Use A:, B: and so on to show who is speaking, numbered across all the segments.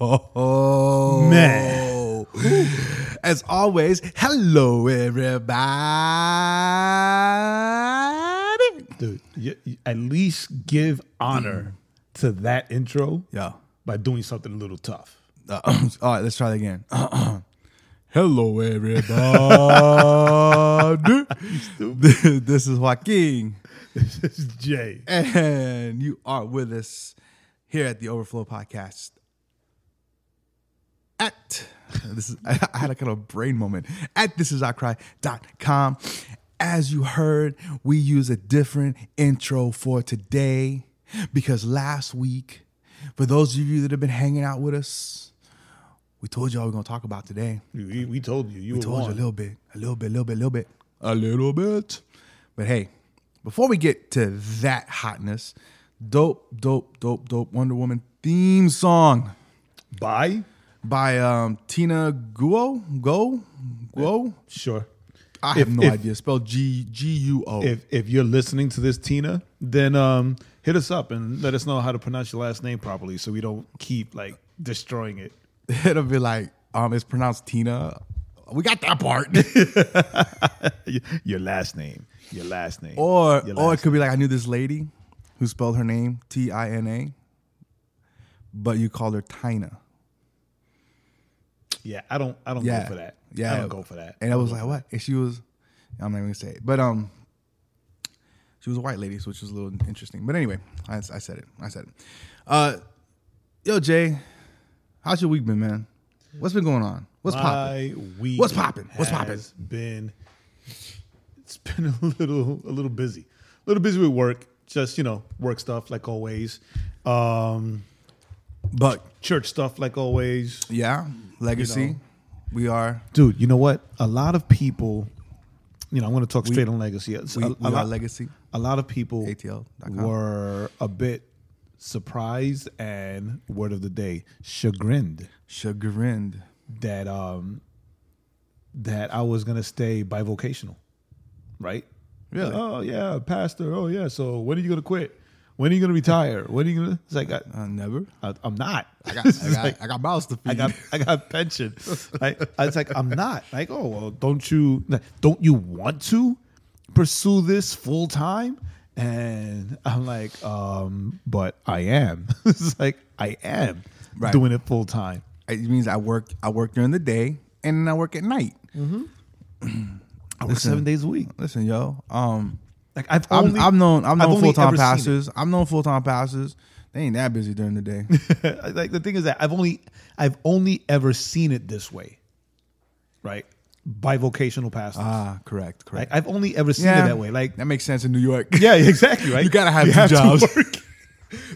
A: Yo,
B: Man.
A: As always, hello everybody.
B: Dude, you, you at least give honor to that intro
A: Yeah.
B: by doing something a little tough.
A: Uh, all right, let's try that again. hello everybody. this is Joaquin,
B: This is Jay.
A: and you are with us here at the Overflow Podcast. At this is I, I had a kind of brain moment. At thisisoutcry.com. As you heard, we use a different intro for today because last week, for those of you that have been hanging out with us, we told y'all we're gonna talk about today.
B: We, we- we told you. You were
A: We told
B: on.
A: you a little bit, a little bit, a little bit, a little bit, a little bit. But hey, before we get to that hotness, dope, dope, dope, dope Wonder Woman theme song
B: Bye.
A: by um, Tina Guo. Go, Guo.
B: Sure.
A: I
B: If-
A: have no
B: if-
A: idea. Spelled G G U O.
B: If if you're listening to this, Tina, then um, hit us up and let us know how to pronounce your last name properly, so we don't keep like destroying it.
A: It'll be like um, it's pronounced Tina we got that part.
B: Y- Your last name. Your last name.
A: or
B: Your
A: or it
B: last
A: could be like I knew this lady who spelled her name T I N A, but you called her Tina.
B: Yeah, I don't. I don't
A: Yeah,
B: go for that.
A: Yeah,
B: I don't go for that.
A: And I was like, what? And she was, I'm not even gonna say it, but um, she was a white lady, so which was a little interesting. But anyway, I, I said it. I said it. Uh, yo, Jay, how's your week been, man? What's been going on? What's popping?
B: My week.
A: What's poppin'? What's poppin'?
B: has Been. It's been a little a little busy, a little busy with work. Just you know, work stuff like always. Um,
A: But
B: church stuff like always.
A: yeah, legacy.
B: You know.
A: we are
B: Dude, you know what? A lot of people. You know, I'm going to talk straight on legacy. It's
A: we,
B: a, a
A: we are
B: lot-
A: legacy.
B: a lot of people
A: ATL.com.
B: were a bit surprised and word of the day chagrined
A: Chagrined.
B: that um that I was gonna stay bivocational, right?
A: Really?
B: Oh yeah, pastor. Oh yeah. So when are you gonna quit? When are you gonna retire? When are you gonna? It's like I,
A: Uh, never.
B: I, I'm not. I
A: I got, I got mouths to feed.
B: I got I got pension. I, I was like, I'm not. Like, oh well, don't you don't you want to pursue this full time? And I'm like, um, but I am. it's like I am
A: Right.
B: doing it full time.
A: it means I work. I work during the day and then I work at night.
B: I work seven days a week.
A: Listen, yo. Um,
B: Like I've
A: I'm,
B: only,
A: I've known I've
B: I've
A: known
B: only
A: full time
B: ever seen it.
A: pastors. I've known full time pastors. They ain't that busy during the day.
B: like the thing is that I've only I've only ever seen it this way, right? By vocational pastors.
A: ah, correct,
B: like
A: correct.
B: I've only ever seen it that way. Like
A: that makes sense in New York.
B: yeah, exactly. Right.
A: You gotta have two
B: to
A: jobs.
B: work.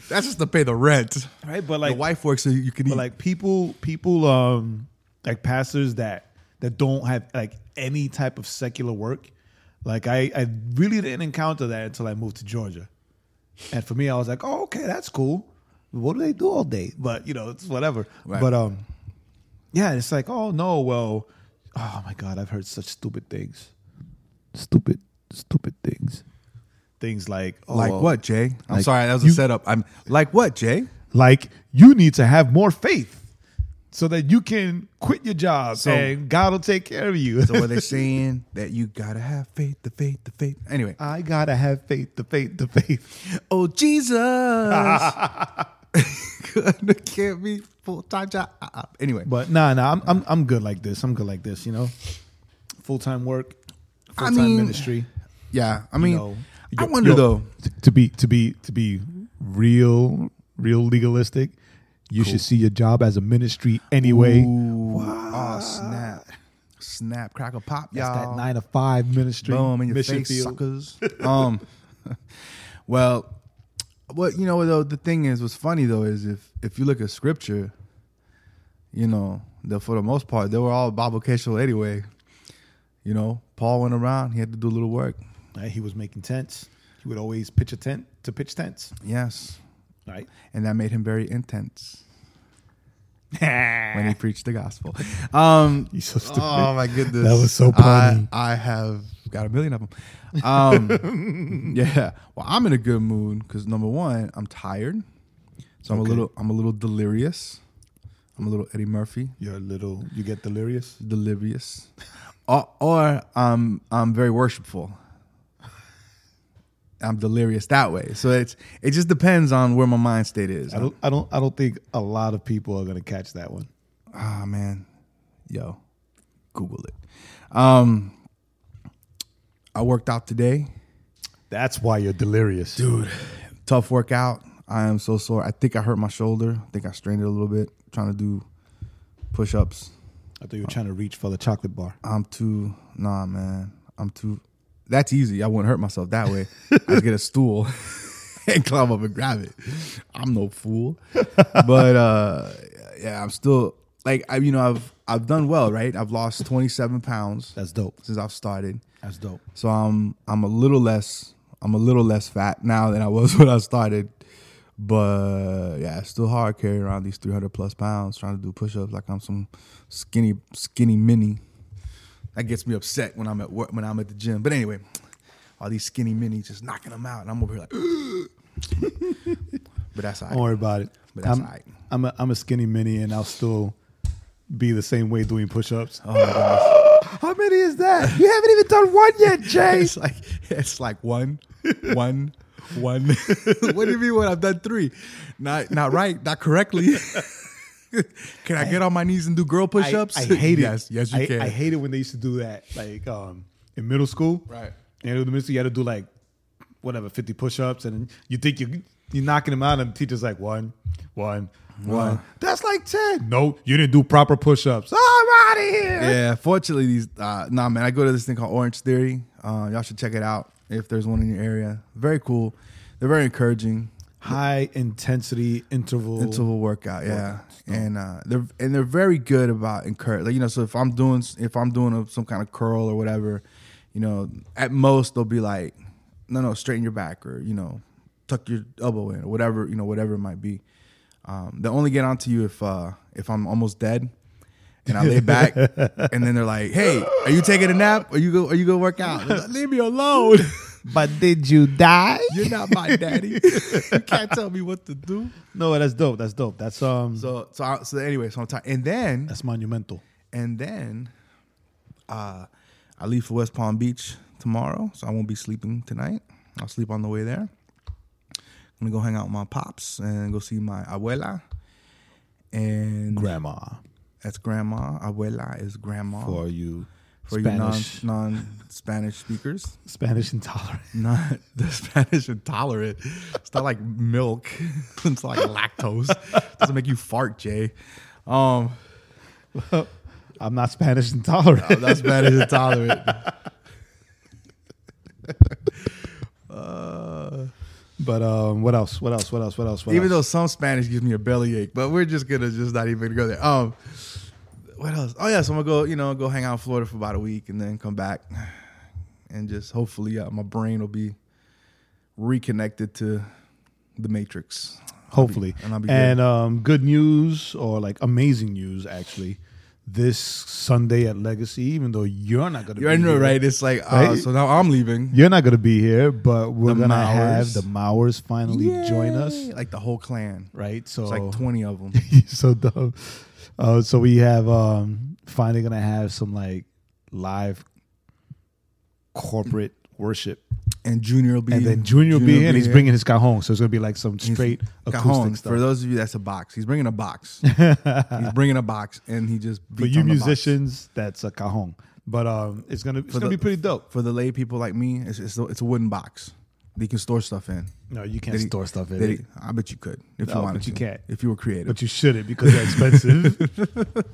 A: That's just to pay the rent.
B: right? But
A: Like,
B: like
A: the wife works so you can eat.
B: but like people people um like pastors that that don't have like any type of secular work like i i really didn't encounter that until i moved to georgia and for me i was like oh okay that's cool what do they do all day but you know it's whatever
A: Right.
B: but um yeah it's like oh no well oh my god i've heard such stupid things stupid stupid things things like oh,
A: like
B: well,
A: what, Jay? I'm
B: like,
A: sorry, that was a
B: you-
A: setup. I'm like what, Jay?
B: like you need to have more faith so that you can quit your job
A: So-
B: and God will take care of you.
A: So what they saying that you gotta have faith, the faith, the faith. Uh, Anyway,
B: I gotta have faith, the faith, the faith.
A: oh Jesus, God, it can't be full time job. Uh, uh. Anyway,
B: But nah, nah, I'm I'm, I'm good like this. I'm good like this. You know, full time work, full
A: I
B: time
A: mean,
B: ministry.
A: yeah, I mean,
B: You know,
A: I
B: Yo-
A: wonder
B: yo,
A: though.
B: t- To be to be to be real, real legalistic, you should see your job as a ministry anyway.
A: Ooh, oh snap, snap, crackle, pop,
B: That's
A: y'all.
B: that nine to five ministry.
A: Boom in your
B: mission
A: face,
B: field.
A: suckers. um, well, what you know though the thing is, what's funny though is if if you look at scripture, you know, the, for the most part they were all bivocational anyway. You know, Paul went around; he had to do a little work.
B: Right? He was making tents. He would always pitch a tent to pitch tents.
A: Yes,
B: Right.
A: and that made him very intense when he preached the gospel. Um,
B: He's so stupid.
A: Oh my goodness,
B: That was so punny.
A: I, I have got a million of them. Um, yeah. Well, I'm in a good mood because number one, I'm tired, so I'm
B: Okay.
A: a little, I'm a little delirious. I'm a little Eddie Murphy,
B: You're a little. You get delirious.
A: delirious, or, or I'm, I'm very worshipful. I'm delirious that way, so it's it just depends on where my mind state is.
B: I don't. I don't. I don't think a lot of people are gonna catch that one.
A: Ah man, yo, Google it. Um, I worked out today,
B: That's why you're delirious, dude.
A: tough workout. I am so sore. I think I hurt my shoulder. I think I strained it a little bit trying to do push ups.
B: I thought you were trying to reach for the chocolate bar.
A: I'm too nah, man. I'm too. That's easy. I wouldn't hurt myself that way. I just get a stool and climb up and grab it. I'm no fool. But uh yeah, I'm still like I, you know I've I've done well, right? I've lost 27 pounds
B: That's dope.
A: since I've started.
B: That's dope.
A: So I'm I'm a little less I'm a little less fat now than I was when I started. But yeah, it's still hard carrying around these 300 plus pounds trying to do push-ups like I'm some skinny skinny mini. That gets me upset when I'm at work when I'm at the gym. But anyway, all these skinny minis just knocking them out, and I'm over here like. but that's all
B: Don't
A: right.
B: worry about it.
A: But that's
B: I'm,
A: all right.
B: I'm a, I'm a skinny mini, and I'll still be the same way doing push-ups.
A: How many is that? You haven't even done one yet, Jay. it's like it's like one, one, one. what do you mean? When I've done three? Not not right. Not correctly. can I get on my knees and do girl
B: I-
A: push-ups?
B: I, hate
A: Yes,
B: it.
A: yes, you
B: I,
A: can.
B: I hate it when they used to do that, like um, in middle school.
A: Right.
B: And in middle school, you had to do like whatever, fifty push-ups, and you think you you're knocking them out, and the teacher's like one, one, one. That's like ten. No, you didn't do proper push-ups. I'm out of here.
A: Yeah, fortunately, these uh, nah, man. I go to this thing called Orange Theory. Uh, y'all should check it out if there's one in your area. Very cool. They're very encouraging.
B: High intensity interval.
A: Interval workout, yeah, and uh, they're and they're very good about encourage. Like you know, so if I'm doing if I'm doing a, some kind of curl or whatever, you know, at most they'll be like, no, no, straighten your back or you know, tuck your elbow in or whatever you know whatever it might be. Um, they only get onto you if uh, if I'm almost dead and I lay back, and then they're like, "Hey, are you taking a nap? Or you go? Are you go work out? Like, Leave me alone.
B: But did you die?
A: You're not my daddy. you can't tell me what to do."
B: No, that's dope. That's dope. That's um.
A: So, so, I, so anyway, so I'm tired. And then,
B: that's monumental.
A: and then, uh, I leave for West Palm Beach tomorrow, so I won't be sleeping tonight. I'll sleep on the way there. I'm gonna go hang out with my pops and go see my abuela. And
B: Grandma
A: that's grandma. Abuela is grandma
B: for you.
A: for
B: Spanish,
A: you non non Spanish speakers.
B: Spanish intolerant.
A: not the Spanish intolerant. It's not like milk. It's like lactose. doesn't make you fart, Jay. Um,
B: I'm not Spanish intolerant.
A: that's Spanish intolerant.
B: But um, what else? What else? What else? What else? What
A: Even
B: else?
A: though some Spanish gives me a bellyache, but we're just gonna just not even go there. Um, what else? Oh yeah, so I'm gonna go, you know, go hang out in Florida for about a week and then come back, and just hopefully uh, my brain will be reconnected to the matrix.
B: hopefully,
A: and I'll be
B: and um, good news or like amazing news actually. This Sunday at Legacy, even though you're not gonna,
A: You're
B: be
A: in
B: here,
A: it, right? It's like uh,
B: Right?
A: so now I'm leaving.
B: You're not gonna be here, but we're
A: The
B: gonna
A: Mowers.
B: have the Mowers finally join us,
A: Yay. like the whole clan.
B: right? So
A: It's like 20 of them.
B: so dumb. Uh, so we have um, finally gonna have some like live corporate worship,
A: And Junior will be
B: and then Junior will be here, and he's bringing his cajon, so it's gonna be like some
A: He's-
B: straight acoustic
A: Cajon,
B: stuff.
A: For those of you that's a box. He's bringing a box. he's bringing a box and he just
B: for
A: beats
B: you
A: on the box.
B: musicians, that's a cajon. But um, it's gonna it's gonna
A: the-
B: be pretty dope.
A: For the lay people like me, it's it's a, it's a wooden box. That you can store stuff in.
B: No, you can't
A: Did he-
B: store stuff in
A: That
B: it,
A: he- I bet you could if
B: No,
A: you wanted
B: but you
A: to.
B: can't.
A: If you were creative.
B: but you shouldn't because they're expensive.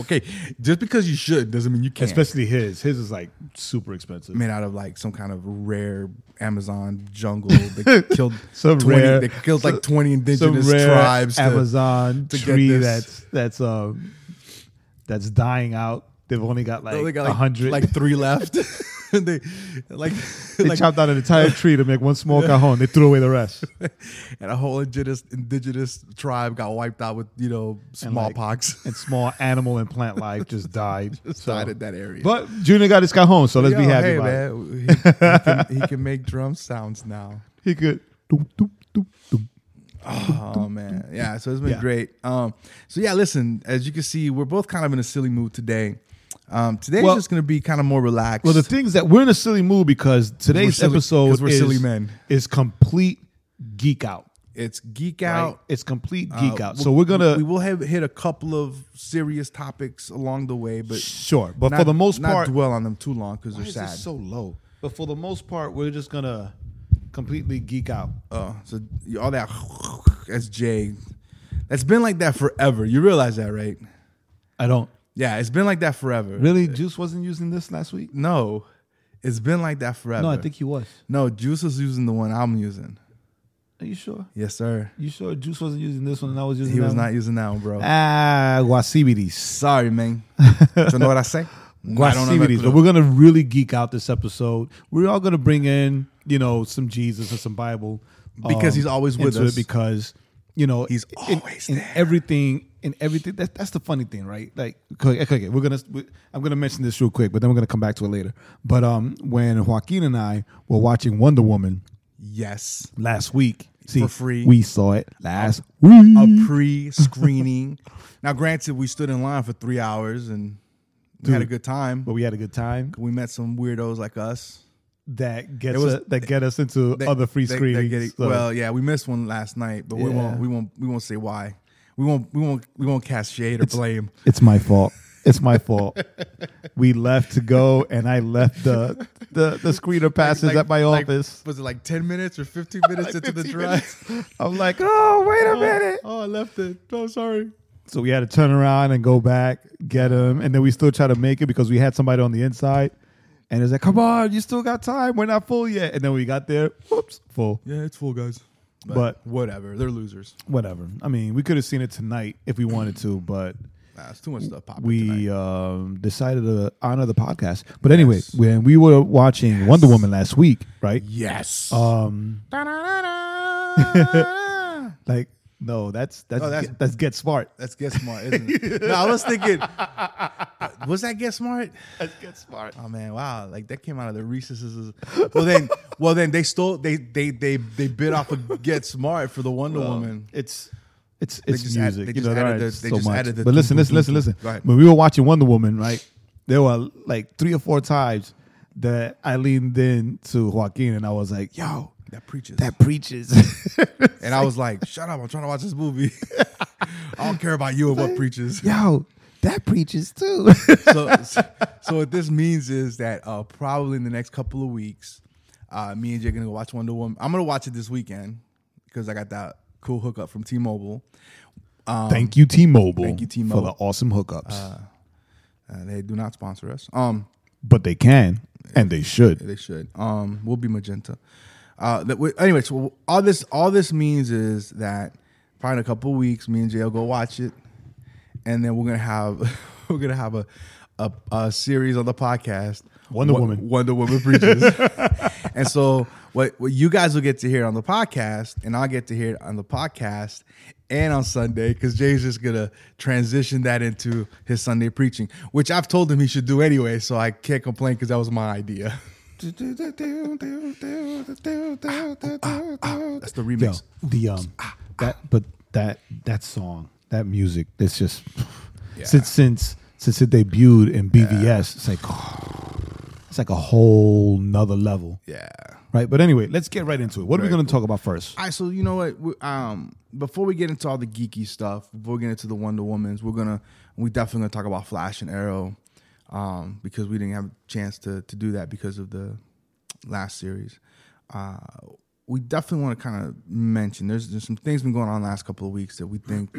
A: okay, just because you should doesn't mean you can't.
B: Especially his. His is like super expensive.
A: made out of like some kind of rare Amazon jungle that killed
B: Some
A: 20,
B: rare-
A: that killed like
B: some-
A: 20 indigenous
B: Some rare
A: tribes. to-
B: Amazon
A: to get
B: tree
A: this.
B: that's that's um that's dying out. They've only got like
A: They only got
B: a
A: like,
B: hundred.
A: like three left. they like,
B: they
A: like
B: chopped down an entire tree to make one small cajon. They threw away the rest.
A: and a whole indigenous indigenous tribe got wiped out with you know
B: And, like,
A: smallpox.
B: and small animal and plant life just died. So-
A: Died in that area.
B: But Junior got his cajon, so let's be
A: Yo,
B: happy
A: hey,
B: about it.
A: man, He, he can, he can make drum sounds now.
B: He could. Doop, doop, doop, doop.
A: Oh man, yeah. So it's been
B: Yeah.
A: great. Um, so yeah, listen. As you can see, we're both kind of in a silly mood today. Um, today's
B: Well-
A: just gonna be kind of more relaxed.
B: Well, the thing is that we're in a silly mood because today's
A: silly-
B: episode
A: 'cause we're
B: is,
A: silly men.
B: is complete geek out.
A: it's geek
B: right?
A: out.
B: It's complete
A: Uh,
B: geek out.
A: we-
B: So we're gonna
A: we will have hit a couple of serious topics along the way, but
B: sure, but
A: not-
B: for the most
A: not
B: part,
A: dwell on them too long because
B: why
A: they're
B: is
A: sad.
B: this so low? But for the most part, we're just gonna completely geek out.
A: Uh, so all that that's Jay. That's been like that forever. You realize that, right?
B: I don't
A: Yeah, it's been like that forever.
B: really. Juice wasn't using this last week.
A: No, it's been like that forever.
B: No, I think he was.
A: no. Juice is using the one I'm using.
B: Are you sure?
A: Yes, sir.
B: You sure Juice wasn't using this one and I was using
A: He
B: that
A: was
B: one?
A: not using that one, bro.
B: Ah, guacibiris.
A: Sorry, man. Do you know what I say? I don't have a
B: Guacibiris.
A: clue.
B: But we're gonna really geek out this episode. We're all gonna bring in, you know, some Jesus and some Bible
A: Because he's always with
B: into it
A: us.
B: because you know
A: Um, He's
B: in,
A: always
B: in
A: there.
B: everything. In everything. That, that's the funny thing, right? Like, okay, okay, okay, we're gonna. We, I'm gonna mention this real quick, but then we're gonna come back to it later. But um, when Joaquin and I were watching Wonder Woman
A: Yes.
B: last week, See,
A: for free.
B: We saw it last week.
A: a pre-screening. now, granted, we stood in line for three hours and we had a good time.
B: but we had a good time.
A: We met some weirdos like us.
B: That gets
A: It was-
B: us, that get us into
A: They-
B: other free
A: they- they're
B: screenings.
A: getting-
B: so-
A: Well, yeah, we missed one last night, but we
B: Yeah.
A: won't. We won't. We won't say why. We won't. We won't. We won't cast shade or blame.
B: It's my fault. It's my fault. we left to go, and I left the the, the screener passes
A: Like-
B: at my
A: like-
B: office.
A: Was it like ten minutes or fifteen minutes into the
B: 15
A: drive?
B: I'm like, oh, wait a minute.
A: Oh, I left it. Oh, sorry.
B: So we had to turn around and go back, get him, and then we still try to make it because we had somebody on the inside. And it's like, come on, you still got time. We're not full yet. And then we got there, whoops, full.
A: Yeah, it's full, guys.
B: But-
A: whatever, they're losers.
B: Whatever. I mean, we could have seen it tonight if we wanted to, but
A: Nah, it's too much stuff popping. tonight.
B: we um, decided to honor the podcast. But anyway, when we were watching Wonder Woman last week, right?
A: yes.
B: Um,
A: Da-da-da-da.
B: like, no, that's that's
A: Oh, that's-
B: that's, that's get smart.
A: That's Get Smart, isn't it? no, I was thinking, was that Get Smart?
B: That's get smart.
A: Oh man, wow! Like that came out of the recesses. Well then, well then they stole. They they they they bit off of Get Smart for the Wonder Woman.
B: Um, It's it's it's
A: just add-
B: music.
A: they
B: you
A: just
B: know, there
A: added
B: are
A: the- they
B: so
A: just
B: much.
A: added the
B: but listen,
A: doo-doo,
B: listen, listen,
A: doo-doo.
B: listen.
A: Go ahead.
B: When we were watching Wonder Woman, right? There were like three or four times that I leaned in to Joaquin and I was like, "Yo,
A: That preaches.
B: that preaches."
A: and I was like, "Shut up! I'm trying to watch this movie. I don't care about you and what preaches."
B: Yo, that preaches too.
A: so, so what this means is that uh, probably in the next couple of weeks, uh, me and Jay are gonna go watch Wonder Woman. I'm gonna watch it this weekend because I got that cool hookup from T-Mobile.
B: thank you, T-Mobile.
A: Um, thank you, T-Mobile.
B: for the awesome hookups.
A: Uh, they do not sponsor us. Um,
B: but they can and they should.
A: they should. Um, we'll be magenta. Uh, that we, anyway, so all this all this means is that probably in a couple of weeks, me and Jay will go watch it, and then we're gonna have we're gonna have a a, a series on the podcast.
B: Wonder
A: Wo-
B: Woman.
A: Wonder Woman preaches. and so what what you guys will get to hear on the podcast, and I'll get to hear it on the podcast and on Sunday, because Jay's just gonna transition that into his Sunday preaching, which I've told him he should do anyway. So I can't complain because that was my idea. Ah, ah, That's the remix. Ah,
B: Yo, the um that but that that song, that music, it's just since since since it debuted in BVS, it's like it's like a whole nother level.
A: Yeah.
B: Right? But anyway, let's get right into it. What are we gonna talk about first?
A: All right. So you know what? We, um, before we get into all the geeky stuff, before we get into the Wonder Woman's, we're gonna we definitely gonna talk about Flash and Arrow, um, because we didn't have a chance to to do that because of the last series. Uh, we definitely want to kind of mention there's there's some things been going on the last couple of weeks that we think.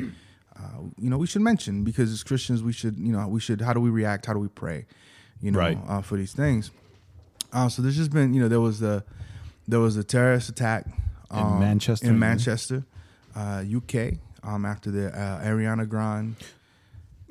A: Uh, you know we should mention because as Christians we should you know we should how do we react how do we pray you know
B: Right.
A: uh, for these things uh, so there's just been, you know, there was the there was a terrorist attack um,
B: Manchester,
A: in
B: yeah.
A: Manchester, uh, UK, um, after the uh, Ariana Grande,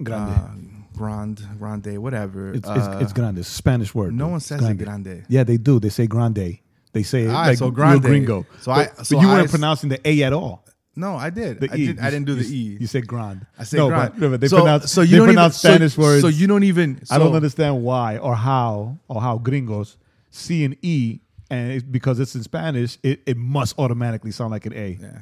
B: Grande.
A: uh, Grande, Grande, whatever.
B: it's,
A: uh,
B: it's it's grande. It's a Spanish word.
A: no
B: dude.
A: one
B: It's
A: says it grande.
B: Yeah, they do. They say grande. They say it
A: All right,
B: like
A: so
B: real
A: grande.
B: gringo.
A: So I-
B: But-
A: so
B: but you
A: I
B: weren't
A: s-
B: pronouncing the A at all.
A: No, I did.
B: The
A: I,
B: E.
A: Did, I didn't do
B: You-
A: the
B: you-
A: E.
B: You said grand.
A: I said
B: no,
A: Grande.
B: But, remember, they
A: so,
B: pronounce,
A: so you
B: they
A: don't
B: pronounce
A: even,
B: Spanish
A: so,
B: words.
A: So you don't even. So,
B: I don't understand why or how or how gringos C and E and it's because it's in Spanish, it, it must automatically sound like an A.
A: Yeah.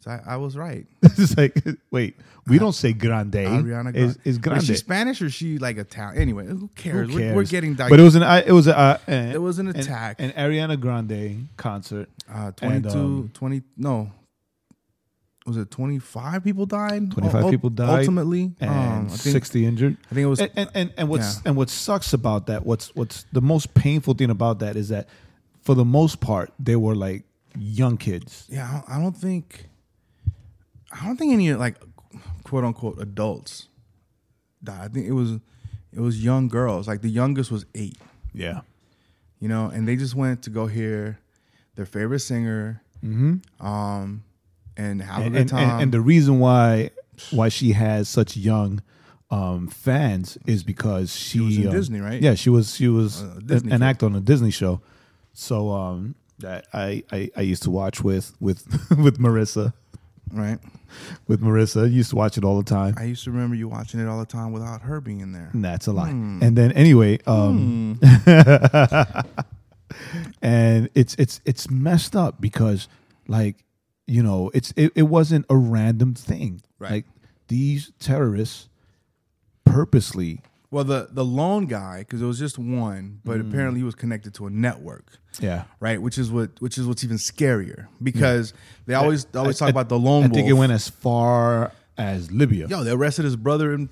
A: So I, I was right.
B: it's like wait, we don't say grande.
A: Uh-huh. Ariana Grande.
B: It's, it's grande.
A: Is she Spanish or is she like Italian? Anyway, who
B: Who
A: cares? We're,
B: cares?
A: we're getting di-
B: But it was an I- it was a, uh, an,
A: It was an
B: an-
A: attack.
B: An, Ariana Grande concert.
A: Uh,
B: And,
A: 22,
B: um,
A: 20, no. Was it 25 people died? Oh,
B: 25
A: Ul-
B: people died
A: Ultimately.
B: And
A: um, I think,
B: 60 injured.
A: I think it was.
B: and, and, and, and what's
A: yeah.
B: and what sucks about that what's what's the most painful thing about that is that for the most part they were like young kids
A: yeah, I don't- I don't think. I don't think any, like, quote unquote adults died. I think it was. It was young girls. Like the youngest was eight,
B: yeah
A: you know, and they just went to go hear their favorite singer, um, and have a
B: Mm-hmm. and
A: good
B: and,
A: time.
B: and, and the reason why why she has such young um, fans is because she,
A: was in
B: um,
A: Disney, right?
B: Yeah, she was she was
A: a
B: an-
A: Disney
B: an
A: show.
B: actor on a Disney show. So um, that I, I I used to watch with with with Marissa
A: right.
B: with Marissa I used to watch it all the time.
A: I used to remember you watching it all the time without her being there.
B: That's a lie.
A: Hmm.
B: And then anyway, um, and it's it's it's messed up because like you know, it's it, it wasn't a random thing.
A: Right.
B: Like these terrorists purposely
A: Well, the the lone guy, because it was just one, but
B: Mm.
A: apparently he was connected to a network.
B: Yeah.
A: Right, which is what which is what's even scarier because they always they always
B: I-
A: talk about the lone
B: I think it
A: wolf.
B: went as far as Libya.
A: yo, they arrested his brother and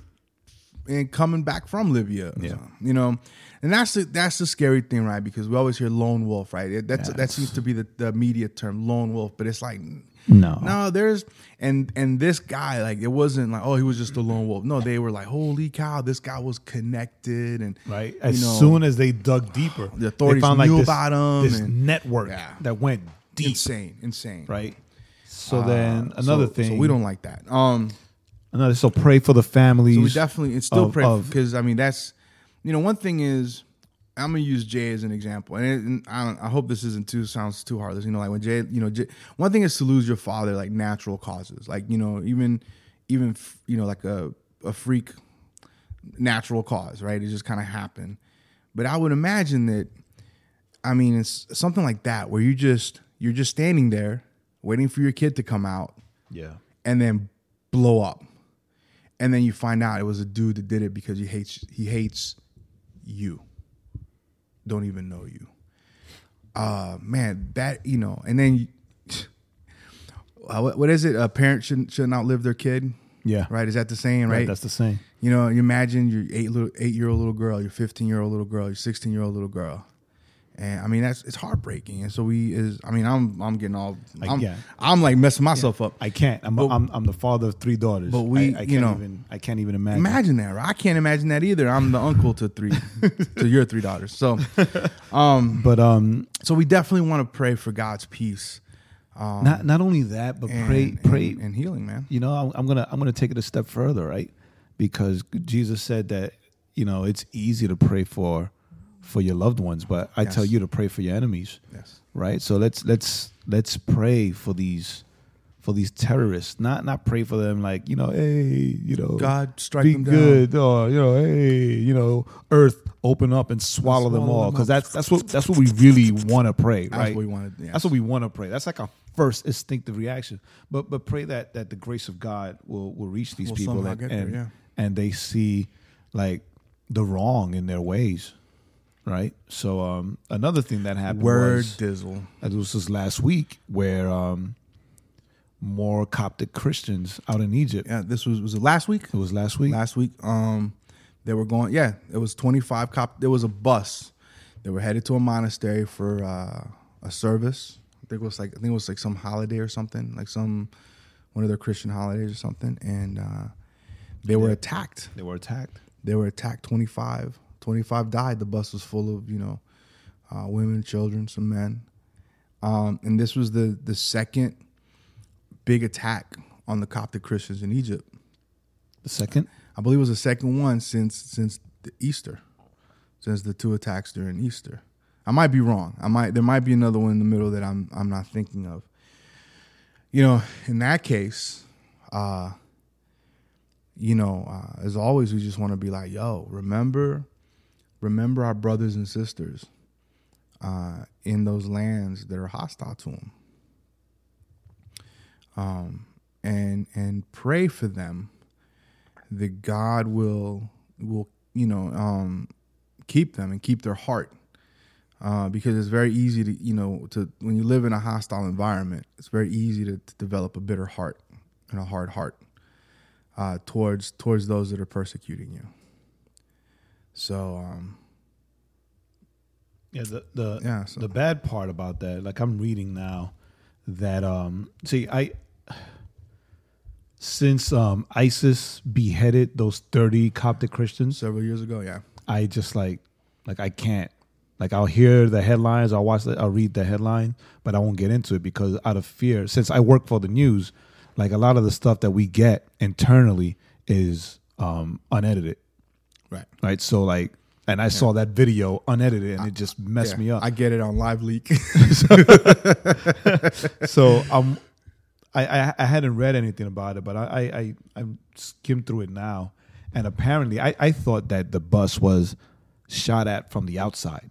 A: and coming back from Libya. Yeah. You know, and that's the that's the scary thing, right? Because we always hear lone wolf, right? It- That's that seems to be the, the media term, lone wolf, but it's like
B: No.
A: Uh-huh. No, there's and and this guy, like it wasn't like, oh, he was just a lone wolf. No, they were like, holy cow, this guy was connected and
B: Right.
A: you
B: As
A: know,
B: soon as they dug deeper,
A: The authorities
B: they found like
A: knew
B: this,
A: about 'em
B: this
A: and-
B: network
A: Yeah.
B: that went deep.
A: insane, insane. Uh,
B: Right. So then another
A: So-
B: thing.
A: So we don't like that. Um
B: Another. So pray for the families.
A: So we definitely it's still
B: of-
A: pray
B: of-
A: because I mean that's you know one thing is I'm gonna use Jay as an example, and, it, and I, don't, I hope this isn't too sounds too heartless. You know, like when Jay, you know, Jay, one thing is to lose your father, like natural causes, like you know, even even f- you know, like a a freak natural cause, right? It just kind of happened. But I would imagine that I mean, it's something like that where you just you're just standing there waiting for your kid to come out
B: yeah.
A: and then blow up. And then you find out it was a dude that did it because he hates he hates you. Don't even know you. Uh man, that you know, and then you, uh, what, what is it? A parent shouldn't shouldn't outlive their kid.
B: Yeah.
A: Right? Is that the saying,
B: Right.
A: right?
B: That's the same.
A: You know, you imagine your eight little eight year old little girl, your fifteen year old little girl, your sixteen year old little girl, and I mean that's it's heartbreaking. And so we is I mean I'm I'm getting all I'm
B: yeah.
A: I'm like messing myself up.
B: I can't. I'm, I'm I'm the father of three daughters. But
A: we-
B: I, I
A: you
B: can't
A: know-
B: even. I can't even imagine.
A: Imagine that. Right? I can't imagine that either. I'm the uncle to three to your three daughters. So
B: But um,
A: so we definitely want to pray for God's peace
B: not not only that, but
A: Um, and,
B: pray
A: and-
B: pray
A: and healing, man.
B: you know I'm, I'm gonna i'm gonna take it a step further right because jesus said that you know it's easy to pray for for your loved ones but i tell
A: Yes.
B: you to pray for your enemies
A: Yes.
B: right so let's let's let's pray for these for these terrorists not not pray for them like you know hey you know
A: God, strike
B: be
A: them down.
B: good or you know hey you know earth open up and swallow, them
A: Swallow
B: all
A: them
B: because
A: up.
B: that's that's what that's what we really want to pray right
A: what we wanna- yes.
B: that's what we want to pray that's like our first instinctive reaction but but pray that that the grace of god will will reach these
A: Will
B: people
A: somehow
B: and
A: get there,
B: and,
A: yeah.
B: and they see like the wrong in their ways right so um another thing that happened
A: Word
B: was,
A: dizzle.
B: it was just last week where um, more Coptic Christians out in Egypt.
A: Yeah, this was was it last week?
B: It was last week.
A: last week. Um, they were going. Yeah, it was twenty five cop. There was a bus. They were headed to a monastery for uh, a service. I think it was like I think it was like some holiday or something, like some one of their Christian holidays or something. And uh, they were attacked.
B: they were attacked.
A: They were attacked. 25. 25 died. The bus was full of you know uh, women, children, some men. Um, and this was the the second big attack on the Coptic Christians in Egypt.
B: The second,
A: I believe it was the second one since since the Easter, since the two attacks during Easter. I might be wrong. I might there might be another one in the middle that I'm I'm not thinking of. You know, in that case, uh, you know, uh, as always, we just want to be like, yo, remember, remember our brothers and sisters uh, in those lands that are hostile to them, um, and and pray for them that God will will you know um, keep them and keep their heart uh, because it's very easy to you know to when you live in a hostile environment it's very easy to, to develop a bitter heart and a hard heart uh, towards towards those that are persecuting you. So um,
B: yeah, the the
A: Yeah, so-
B: the bad part about that, like I'm reading now, that um, see, I since um ISIS beheaded those 30 Coptic Christians,
A: several years ago, yeah,
B: I just like like I can't like I'll hear the headlines, I'll watch the, I'll read the headline, but I won't get into it because out of fear since I work for the news, like a lot of the stuff that we get internally is um unedited,
A: right.
B: right? So like and I saw that video unedited and it just messed
A: Yeah,
B: me up.
A: I get it on live leak.
B: so um, I, I I hadn't read anything about it, but I I, I I skimmed through it now, and apparently I I thought that the bus was shot at from the outside,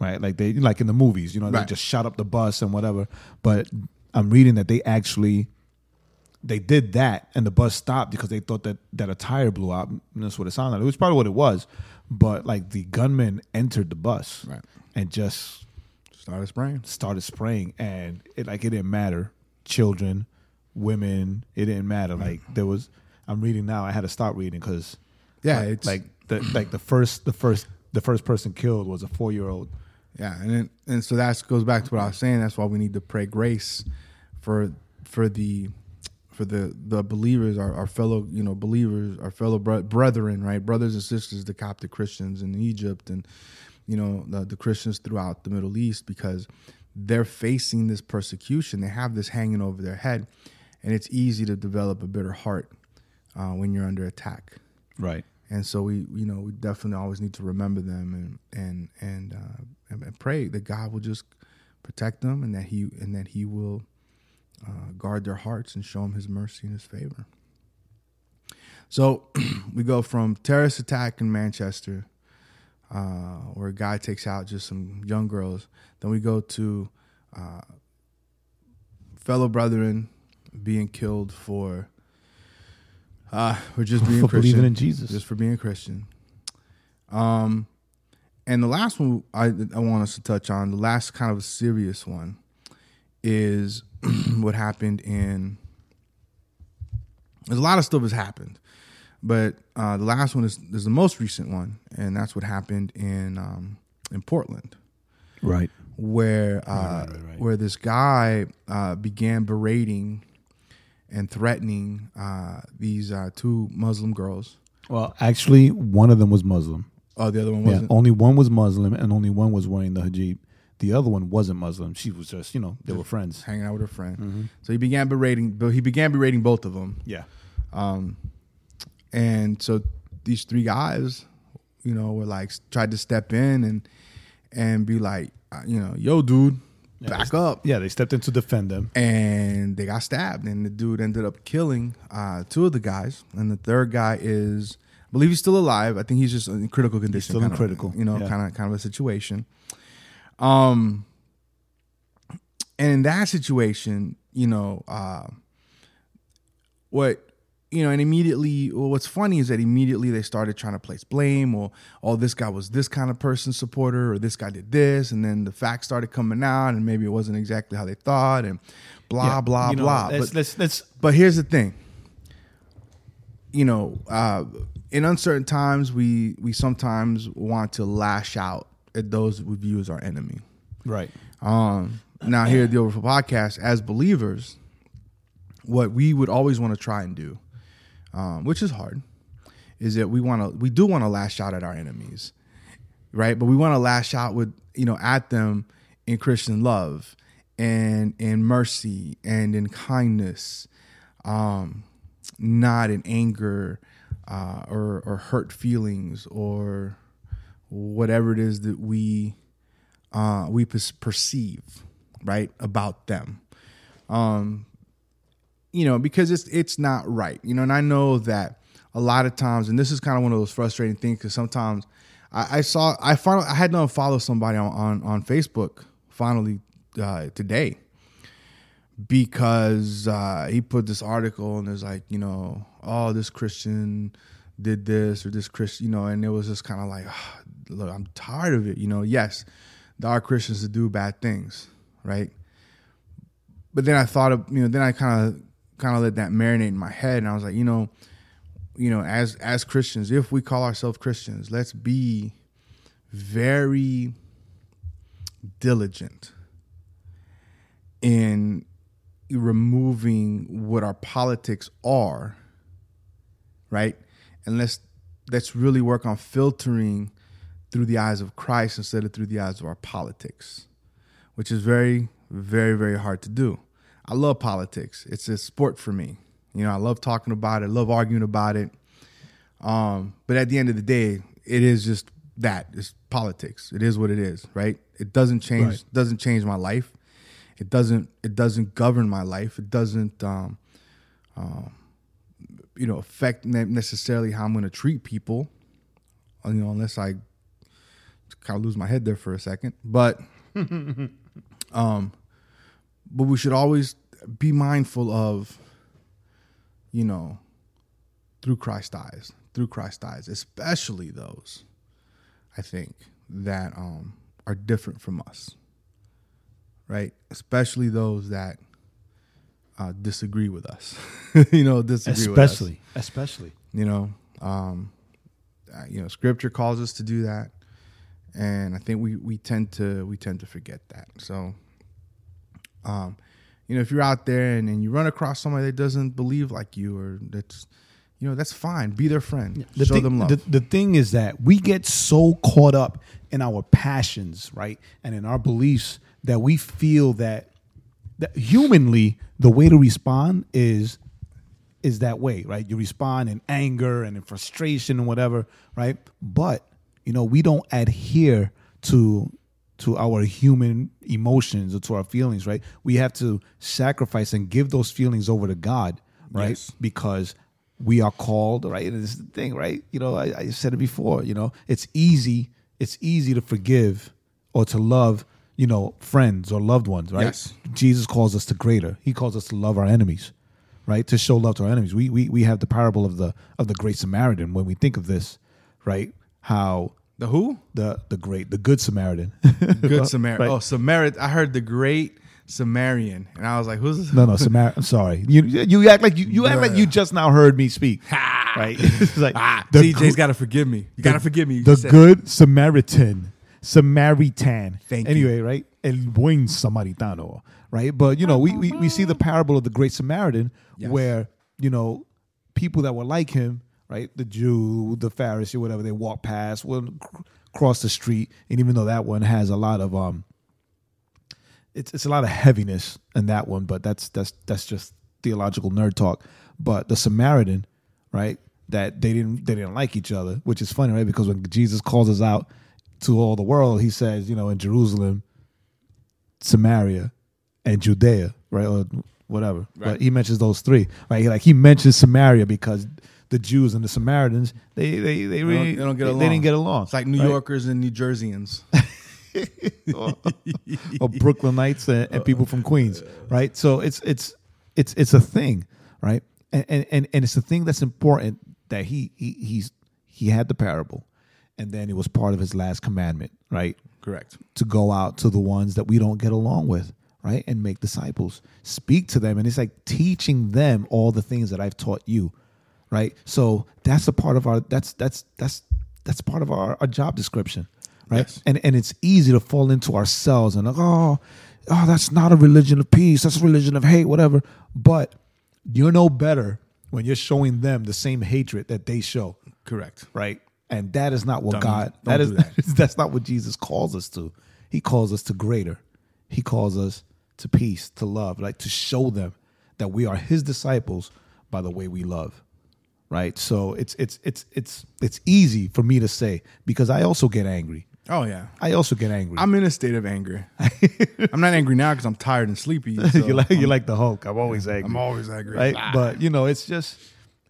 B: right? Like they like in the movies, you know,
A: Right.
B: they just shot up the bus and whatever. But I'm reading that they actually they did that and the bus stopped because they thought that that a tire blew out. And that's what it sounded like. It was probably what it was, but like the gunman entered the bus
A: Right.
B: and just
A: Started spraying.
B: started spraying, and it like it didn't matter, children, women, it didn't matter. Like there was, I'm reading now. I had to stop reading because
A: Yeah,
B: like,
A: it's-
B: like the like the first the first the first person killed was a four year old.
A: Yeah, and then, and so that goes back to what I was saying. That's why we need to pray grace for for the for the the believers, our, our fellow you know believers, our fellow bro- brethren, right, brothers and sisters, the Coptic Christians in Egypt, and you know the, the Christians throughout the Middle East, because they're facing this persecution. They have this hanging over their head, and it's easy to develop a bitter heart uh, when you're under attack
B: Right.
A: and so we you know we definitely always need to remember them and and and uh, and, and pray that God will just protect them and that he and that he will uh, guard their hearts and show them his mercy and his favor. So we go from terrorist attack in Manchester, uh, where a guy takes out just some young girls. Then we go to uh, fellow brethren being killed for uh, for just being
B: For
A: Christian
B: believing in Jesus.
A: just for being a Christian. Um, and the last one I I want us to touch on, the last kind of serious one, is what happened in. There's a lot of stuff has happened, but uh, the last one is, is the most recent one, and that's what happened in um, in Portland
B: Right.
A: where uh,
B: Right, right, right, right.
A: where this guy uh, began berating and threatening uh, these uh, two Muslim girls.
B: Well, actually, one of them was Muslim.
A: Oh, the other one
B: Yeah,
A: wasn't.
B: only one was Muslim, and only one was wearing the hijab. The other one wasn't Muslim. She was just, you know, they were friends.
A: Hanging out with her friend,
B: Mm-hmm.
A: so he began berating. But he began berating both of them,
B: Yeah,
A: and so these three guys, you know, were like tried to step in and and be like, uh, you know, yo, dude, back up.
B: yeah. They stepped in to defend them.
A: and they got stabbed and the dude ended up killing uh, two of the guys and the third guy is i believe he's still alive i think he's just in critical condition
B: still in
A: kinda,
B: critical,
A: you know
B: yeah.
A: kind of kind of a situation um and in that situation you know uh what you know and immediately well, what's funny is that immediately they started trying to place blame or oh this guy was this kind of person supporter or this guy did this and then the facts started coming out and maybe it wasn't exactly how they thought and blah
B: Yeah,
A: blah
B: you know,
A: blah
B: Let's,
A: but,
B: let's let's
A: but here's the thing you know uh, in uncertain times we we sometimes want to lash out at those we view as our enemy
B: right.
A: um, now here at the Overflow Podcast, as believers, what we would always want to try and do, um, which is hard, is that we want to we do want to lash out at our enemies, right? But we want to lash out with you know at them in Christian love and in mercy and in kindness, um, not in anger uh, or or hurt feelings or whatever it is that we uh, we per- perceive right about them um you know because it's it's not right you know and i know that a lot of times and this is kind of one of those frustrating things because sometimes I, I saw i finally i had to unfollow somebody on on, on facebook finally uh, today because uh, he put this article and it's like you know oh this christian did this or this christian you know and it was just kind of like "Ah, look i'm tired of it you know yes there are christians that do bad things right but then i thought of you know then i kind of kind of let that marinate in my head and i was like you know you know as as christians if we call ourselves christians let's be very diligent in removing what our politics are, right? And let's let's really work on filtering through the eyes of Christ instead of through the eyes of our politics, which is very, very, very hard to do. I love politics. It's a sport for me. You know, I love talking about it, love arguing about it. Um, but at the end of the day, it is just that. It's politics. It is what it is, right? It doesn't change
B: Right.
A: doesn't change my life. It doesn't it doesn't govern my life. It doesn't um, um, you know affect ne- necessarily how I'm going to treat people. You know, unless I kind of lose my head there for a second, but um, but we should always be mindful of, you know, through Christ eyes, through Christ eyes, especially those, I think, that um, are different from us, right? Especially those that uh, disagree with us, you know, disagree with us,
C: especially, especially.
A: you know, um, uh, you know, Scripture calls us to do that, and I think we we tend to we tend to forget that. So, um, you know, if you're out there and, and you run across somebody that doesn't believe like you or that's you know, that's fine. Be their friend.
C: The
A: Show
C: thing,
A: them love.
B: The, the thing is that we get so caught up in our passions, right, and in our beliefs that we feel that that humanly the way to respond is is that way, right? You respond in anger and in frustration and whatever, right? But you know, we don't adhere to to our human emotions or to our feelings, right? We have to sacrifice and give those feelings over to God, right? Because we are called, right? And it's the thing, right? You know, I, I said it before, you know, it's easy, it's easy to forgive or to love, you know, friends or loved ones, right?
A: Yes.
B: Jesus calls us to greater. He calls us to love our enemies, right? To show love to our enemies. We we we have the parable of the of the great Samaritan when we think of this, right? How
A: The who?
B: the the great the good Samaritan.
A: Good Samaritan.
B: right.
A: Oh, Samaritan. I heard the great Samaritan, and I was like, who's this?
B: no, no, Samaritan. I'm sorry. You you act like you, you act like you just now heard me speak. Right? It's like
A: Ah,
B: the
A: CJ's
B: gr-
A: got to forgive me. You got to forgive me. You
B: the
A: said-
B: good Samaritan. Samaritan.
A: Thank you.
B: anyway, right? El buen samaritano, right? But you know, we, we, we see the parable of the great Samaritan
A: Yes.
B: where, you know, people that were like him, right? The Jew, the Pharisee, whatever, they walk past, will cr- cross the street, and even though that one has a lot of um it's it's a lot of heaviness in that one, but that's that's that's just theological nerd talk. But the Samaritan, right? That they didn't they didn't like each other, which is funny, right? Because when Jesus calls us out to all the world, he says, you know, in Jerusalem, Samaria, and Judea, right? Or whatever. But he mentions those three. Right? He, like he mentions Samaria because the Jews and the Samaritans, they they they
A: They don't,
B: really
A: they don't get
B: they,
A: along.
B: they didn't get along.
A: It's like New
B: right?
A: Yorkers and New Jerseyans.
B: or, or Brooklynites and, and people from Queens, right? So it's it's it's it's a thing, right? And and and, and it's a thing that's important that he, he he's he had the parable, and then it was part of his last commandment, right?
A: Correct.
B: To go out to the ones that we don't get along with, right, and make disciples, speak to them, and it's like teaching them all the things that I've taught you, right? So that's a part of our that's that's that's that's part of our, our job description, right?
A: Yes.
B: and and it's easy to fall into ourselves and like oh oh that's not a religion of peace that's a religion of hate whatever but you know better when you're showing them the same hatred that they show
A: Correct.
B: right and that is not what
A: Dummy.
B: god
A: Don't
B: that is
A: do that.
B: that's not what jesus calls us to he calls us to greater he calls us to peace to love like to show them that we are his disciples by the way we love right so it's it's it's it's it's easy for me to say because i also get angry
A: Oh yeah.
B: I also get angry.
A: I'm in a state of anger. I'm not angry now because I'm tired and sleepy. So
B: you're like you're like the Hulk. I'm always angry.
A: I'm always angry.
B: right. But you know, it's just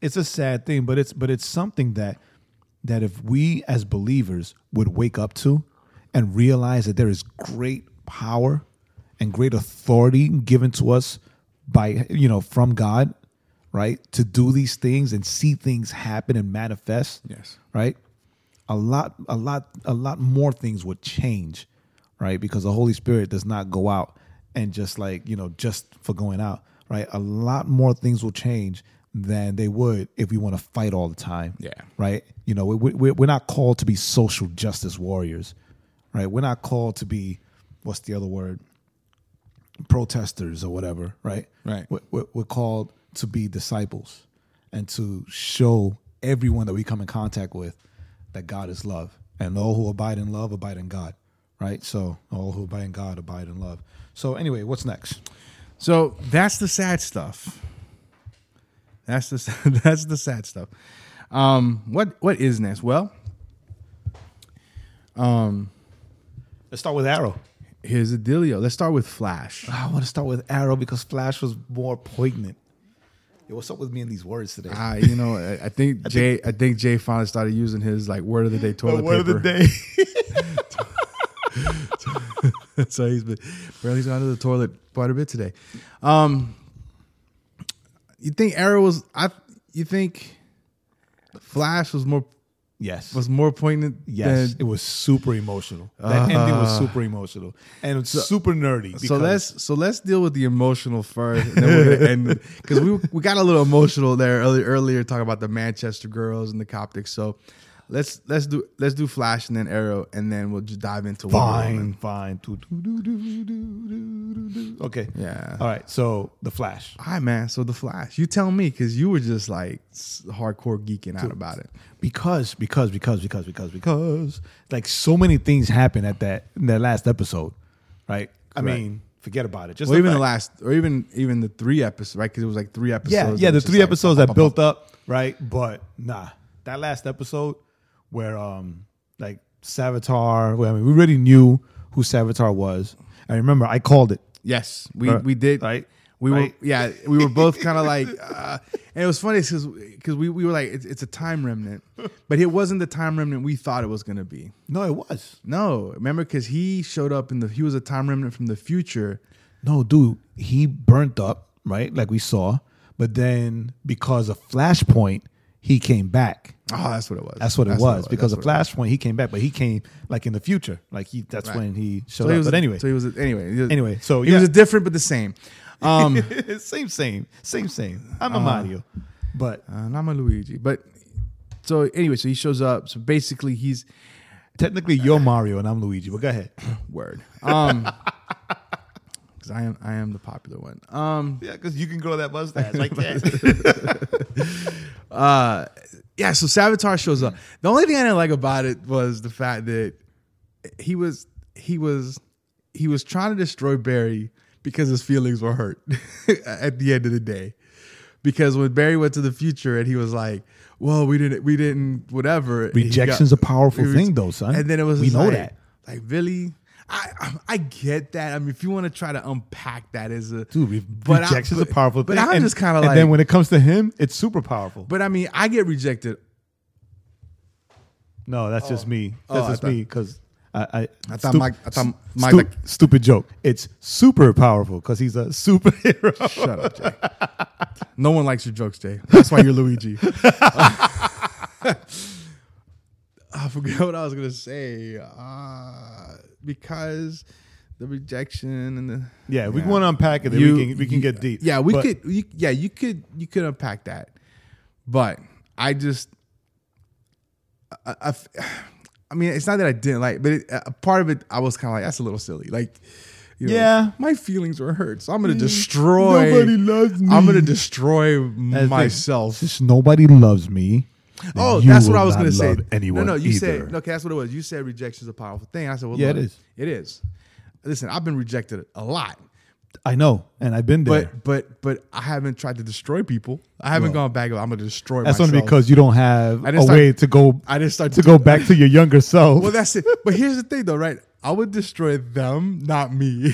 B: it's a sad thing. But it's but it's something that that if we as believers would wake up to and realize that there is great power and great authority given to us by you know from God, right? To do these things and see things happen and manifest.
A: Yes.
B: Right. A lot, a lot, a lot more things would change, right? Because the Holy Spirit does not go out and just like you know just for going out, right? A lot more things will change than they would if we want to fight all the time.
A: Yeah.
B: Right. You know, we, we, we're not called to be social justice warriors, right? We're not called to be what's the other word? protesters or whatever, right?
A: Right.
B: We're, we're- we're called to be disciples and to show everyone that we come in contact with that God is love. And all who abide in love abide in God, right? So all who abide in God abide in love. So anyway, what's next?
A: So that's the sad stuff. That's the that's the sad stuff. Um, what what is next? Well,
B: Let's start with Arrow.
A: here's the dealio. Let's start with Flash.
B: Ah, I want to start with Arrow because Flash was more poignant. Yo, what's up with me and these words today?
A: I, you know, I, I think Jay. I think Jay finally started using his like word of the day toilet
B: word of
A: paper.
B: the day.
A: so he's been, well, he's gone to the toilet quite a bit today. Um, You think Arrow was I you think Flash was more
B: Yes.
A: was more poignant
B: yes.
A: than
B: it was super emotional. That ending was super emotional and it's super nerdy.
A: Ah. so
B: because-
A: let's so let's deal with the emotional first, and then we're gonna end because we we got a little emotional there earlier earlier talking about the Manchester girls and the Coptics. So let's let's do let's do Flash and then Arrow, and then we'll just dive into Wonder Woman.
B: fine, fine. Do, do, do, do, do, do, do, do. Okay.
A: Yeah.
B: All right. So the Flash.
A: All right, man. So the Flash, you tell me because you were just like s- hardcore geeking out about it.
B: because because because because because because like so many things happened at that in that last episode, right? I
A: Correct.
B: mean, forget about it. Just
A: Or even the
B: fact-
A: last, or even even the three episodes, right? Because it was like three episodes.
B: yeah
A: that
B: yeah the
A: was just,
B: three
A: like,
B: episodes
A: pop,
B: that
A: pop,
B: built up, right? But nah, that last episode where um like Savitar, well, I mean, we already knew who Savitar was. I remember I called it.
A: Yes, we
B: Right.
A: we did.
B: Right.
A: We
B: Right.
A: were yeah. We were both kind of like, uh, and it was funny because we we were like, it's, it's a time remnant, but it wasn't the time remnant we thought it was gonna be.
B: No, it was
A: No, remember because he showed up in the he was a time remnant from the future.
B: No, dude, he burnt up, right? Like we saw. But then because of Flashpoint, he came back.
A: Oh, that's what it was.
B: That's what it was. Because
A: That's
B: of
A: what it was.
B: Flashpoint, he came back, but he came like in the future. Like he that's
A: Right.
B: when he showed
A: So he
B: up.
A: was,
B: but anyway,
A: so he was a, anyway. he was-
B: Anyway, so,
A: he was
B: yeah.
A: a different but the same. Um,
B: same, same, same, same. I'm a Mario. But
A: uh, not my Luigi, but so anyway, so he shows up. So basically, he's
B: technically you're Mario and I'm Luigi. But go ahead.
A: word. Um, because I am I am the popular one. Um.
B: Yeah, because you can grow that mustache like that.
A: uh yeah so savitar shows up the only thing i didn't like about it was the fact that he was he was he was trying to destroy barry because his feelings were hurt at the end of the day because when barry went to the future and he was like well we didn't we didn't whatever he
B: Rejection's a powerful thing though, son.
A: and then it was
B: We
A: just
B: know
A: like-
B: that.
A: like really I, I I get that. I mean, if you want to try to unpack that as a
B: Dude, re-
A: but I-
B: rejection's
A: but-
B: a powerful
A: But
B: thing.
A: I'm
B: and-
A: just kind of
B: and
A: like.
B: then when it comes to him, it's super powerful.
A: but I mean, I get rejected
B: No, that's just me.
A: Oh,
B: That's
A: I
B: just
A: thought-
B: me because I, I,
A: I thought Mike- I thought Mike- like-
B: stupid joke. It's super powerful because he's a superhero.
A: Shut up, Jay. No one likes your jokes, Jay. That's why you're Luigi. I forgot what I was gonna say. Uh, because the rejection and the
B: Yeah, we want to unpack it. Then
A: You-
B: we can we can get deep.
A: yeah, we
B: But
A: could. You, yeah, you could. You could unpack that, but I just, I, I, I mean, it's not that I didn't like, but it, a part of it, I was kind of like, that's a little silly. Like, you know,
B: Yeah. Mm.
A: my feelings were hurt, so I'm gonna destroy.
B: Nobody loves me.
A: I'm gonna destroy
B: that's the thing.
A: myself.
B: Since nobody loves me. then
A: Oh,
B: you
A: that's what
B: will
A: I was
B: not
A: gonna say.
B: love Anyone
A: no, no, you
B: either.
A: said no, okay, that's what it was. You said rejection is a powerful thing. I said, well,
B: Yeah,
A: look,
B: it is.
A: It is. Listen, I've been rejected a lot.
B: I know, and I've been there.
A: But but but I haven't tried to destroy people. I haven't
B: No.
A: gone back. I'm gonna destroy.
B: that's
A: myself.
B: only because you don't have
A: I
B: a
A: didn't start-
B: way to go
A: I didn't start
B: to go back to your younger self.
A: Well, that's it. But here's the thing, though, right? I would destroy them, not me.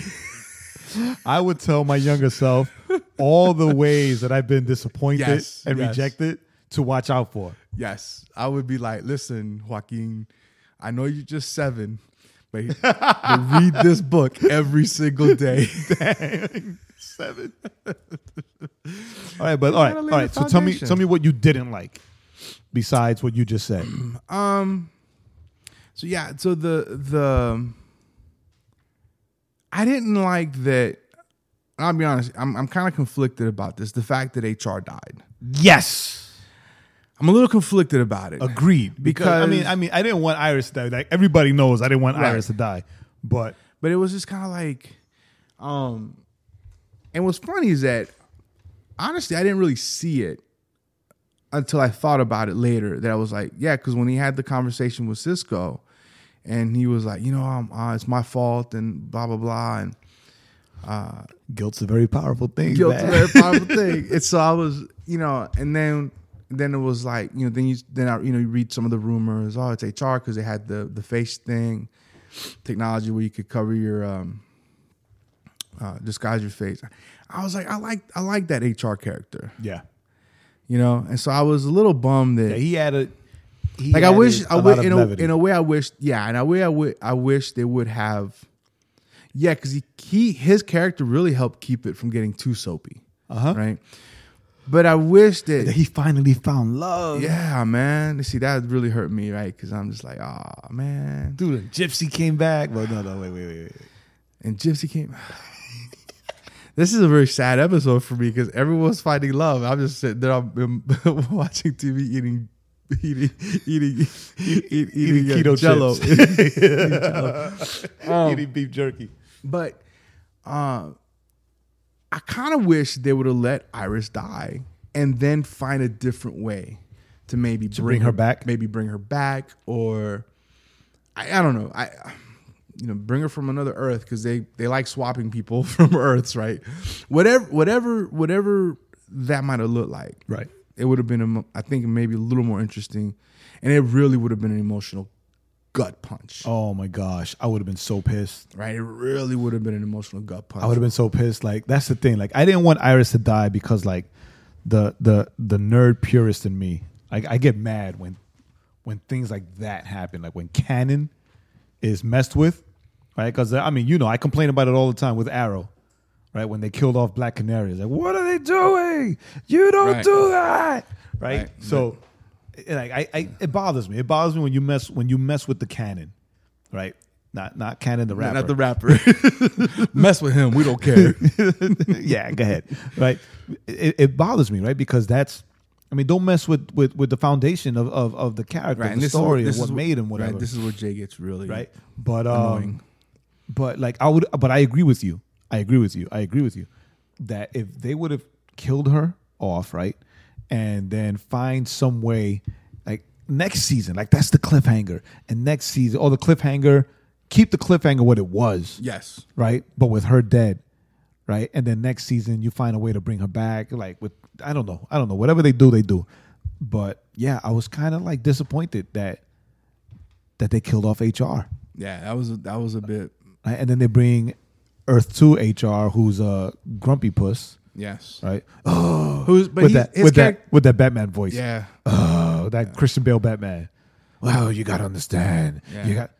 B: I would tell my younger self all the ways that I've been disappointed
A: Yes,
B: and
A: yes.
B: rejected to watch out for.
A: yes, I would be like, listen, Joaquin, I know you're just seven, but, but read this book every single day.
B: Seven. all right, but all right,
A: gotta
B: all
A: lay
B: right.
A: the
B: So tell me,
A: foundation.
B: tell me what you didn't like, besides what you just said.
A: Um. So yeah. So the the I didn't like that. and I'll be honest. I'm I'm kind of conflicted about this. The fact that HR died.
B: yes,
A: I'm a little conflicted about it.
B: agreed. Because, I mean,
A: Because-
B: I mean, I didn't want Iris to die. Like everybody knows, I didn't want
A: Right.
B: Iris to die. But
A: But it was just kind of like, um, and what's funny is that honestly, I didn't really see it until I thought about it later. That I was like, yeah, because when he had the conversation with Cisco, and he was like, you know, I'm, uh, it's my fault, and blah blah blah, and
B: guilt's a very powerful thing.
A: guilt's a
B: man.
A: very powerful thing. And so I was, you know, and then then it was like, you know, then you then I, you know, you read some of the rumors. Oh, it's HR because they had the the face thing, technology where you could cover your um uh, disguise your face. I was like, I like I like that HR character,
B: yeah,
A: you know, and so I was a little bummed that
B: yeah. He had a he
A: like I
B: added
A: wish I
B: lot
A: would
B: of
A: in a,
B: levity.
A: in a way I wish yeah in a way I would I wish they would have yeah because he, he his character really helped keep it from getting too soapy
B: Uh-huh.
A: right But I wish that
B: That he finally found love.
D: Yeah, man.
A: You see that really hurt me, right? Because I'm just like, ah, man.
B: Dude, and Gypsy came back. Well, no, no, wait, wait, wait. wait.
A: And Gypsy came. this is a very sad episode for me because everyone's finding love. I'm just sitting there, I'm, I'm watching TV, eating, eating, eating, eat, eat, eating,
B: Eating
A: uh,
B: keto
A: Jell-O.
B: chips. Eating beef jerky.
A: But uh, I kind of wish they would have let Iris die and then find a different way to maybe
B: bring her back?
A: Maybe bring her back, or I, I don't know. I you know bring her from another Earth because they they like swapping people from Earths, right? Whatever, whatever, whatever that might have looked like,
B: Right.
A: It would have been, a mo- I think, maybe a little more interesting, and it really would have been an emotional gut punch,
B: Oh my gosh, I would have been so pissed.
A: right? It really would have been an emotional gut punch.
B: I would have been so pissed. Like that's the thing. Like I didn't want Iris to die because like the the the nerd purist in me. Like I get mad when when things like that happen. Like when canon is messed with, right? Because I mean, you know, I complain about it all the time with Arrow, right? When they killed off Black Canary, it's like, what are they doing? You don't
A: Right.
B: do that, right?
A: Right.
B: So, it- like, I, I it bothers me. It bothers me when you mess when you mess with the canon, right? Not not canon the rapper,
A: Not the rapper. Mess with him. We don't care.
B: yeah, go ahead. Right. It, it bothers me, right? Because that's, I mean, don't mess with with, with the foundation of, of of the character, the story, and what made him, whatever. Right.
A: this is where Jay gets really
B: But um, but like I would, but I agree with you. I agree with you. I agree with you that if they would have killed her off, right, and then find some way, like next season, like that's the cliffhanger, and next season, oh, the cliffhanger, keep the cliffhanger what it was,
A: Yes.
B: right? But with her dead, right? And then next season you find a way to bring her back, like with I don't know, I don't know. Whatever they do, they do. But yeah, I was kind of like disappointed that that they killed off HR,
A: Yeah, that was that was a bit.
B: right? and then they bring Earth Two HR, who's a grumpy puss,
A: Yes.
B: right? Oh,
A: Who's but
B: with
A: he's-
B: that
A: his
B: with
A: character?
B: that with that Batman voice,
A: Yeah.
B: Oh, that Christian Bale Batman. Wow, you gotta understand. You got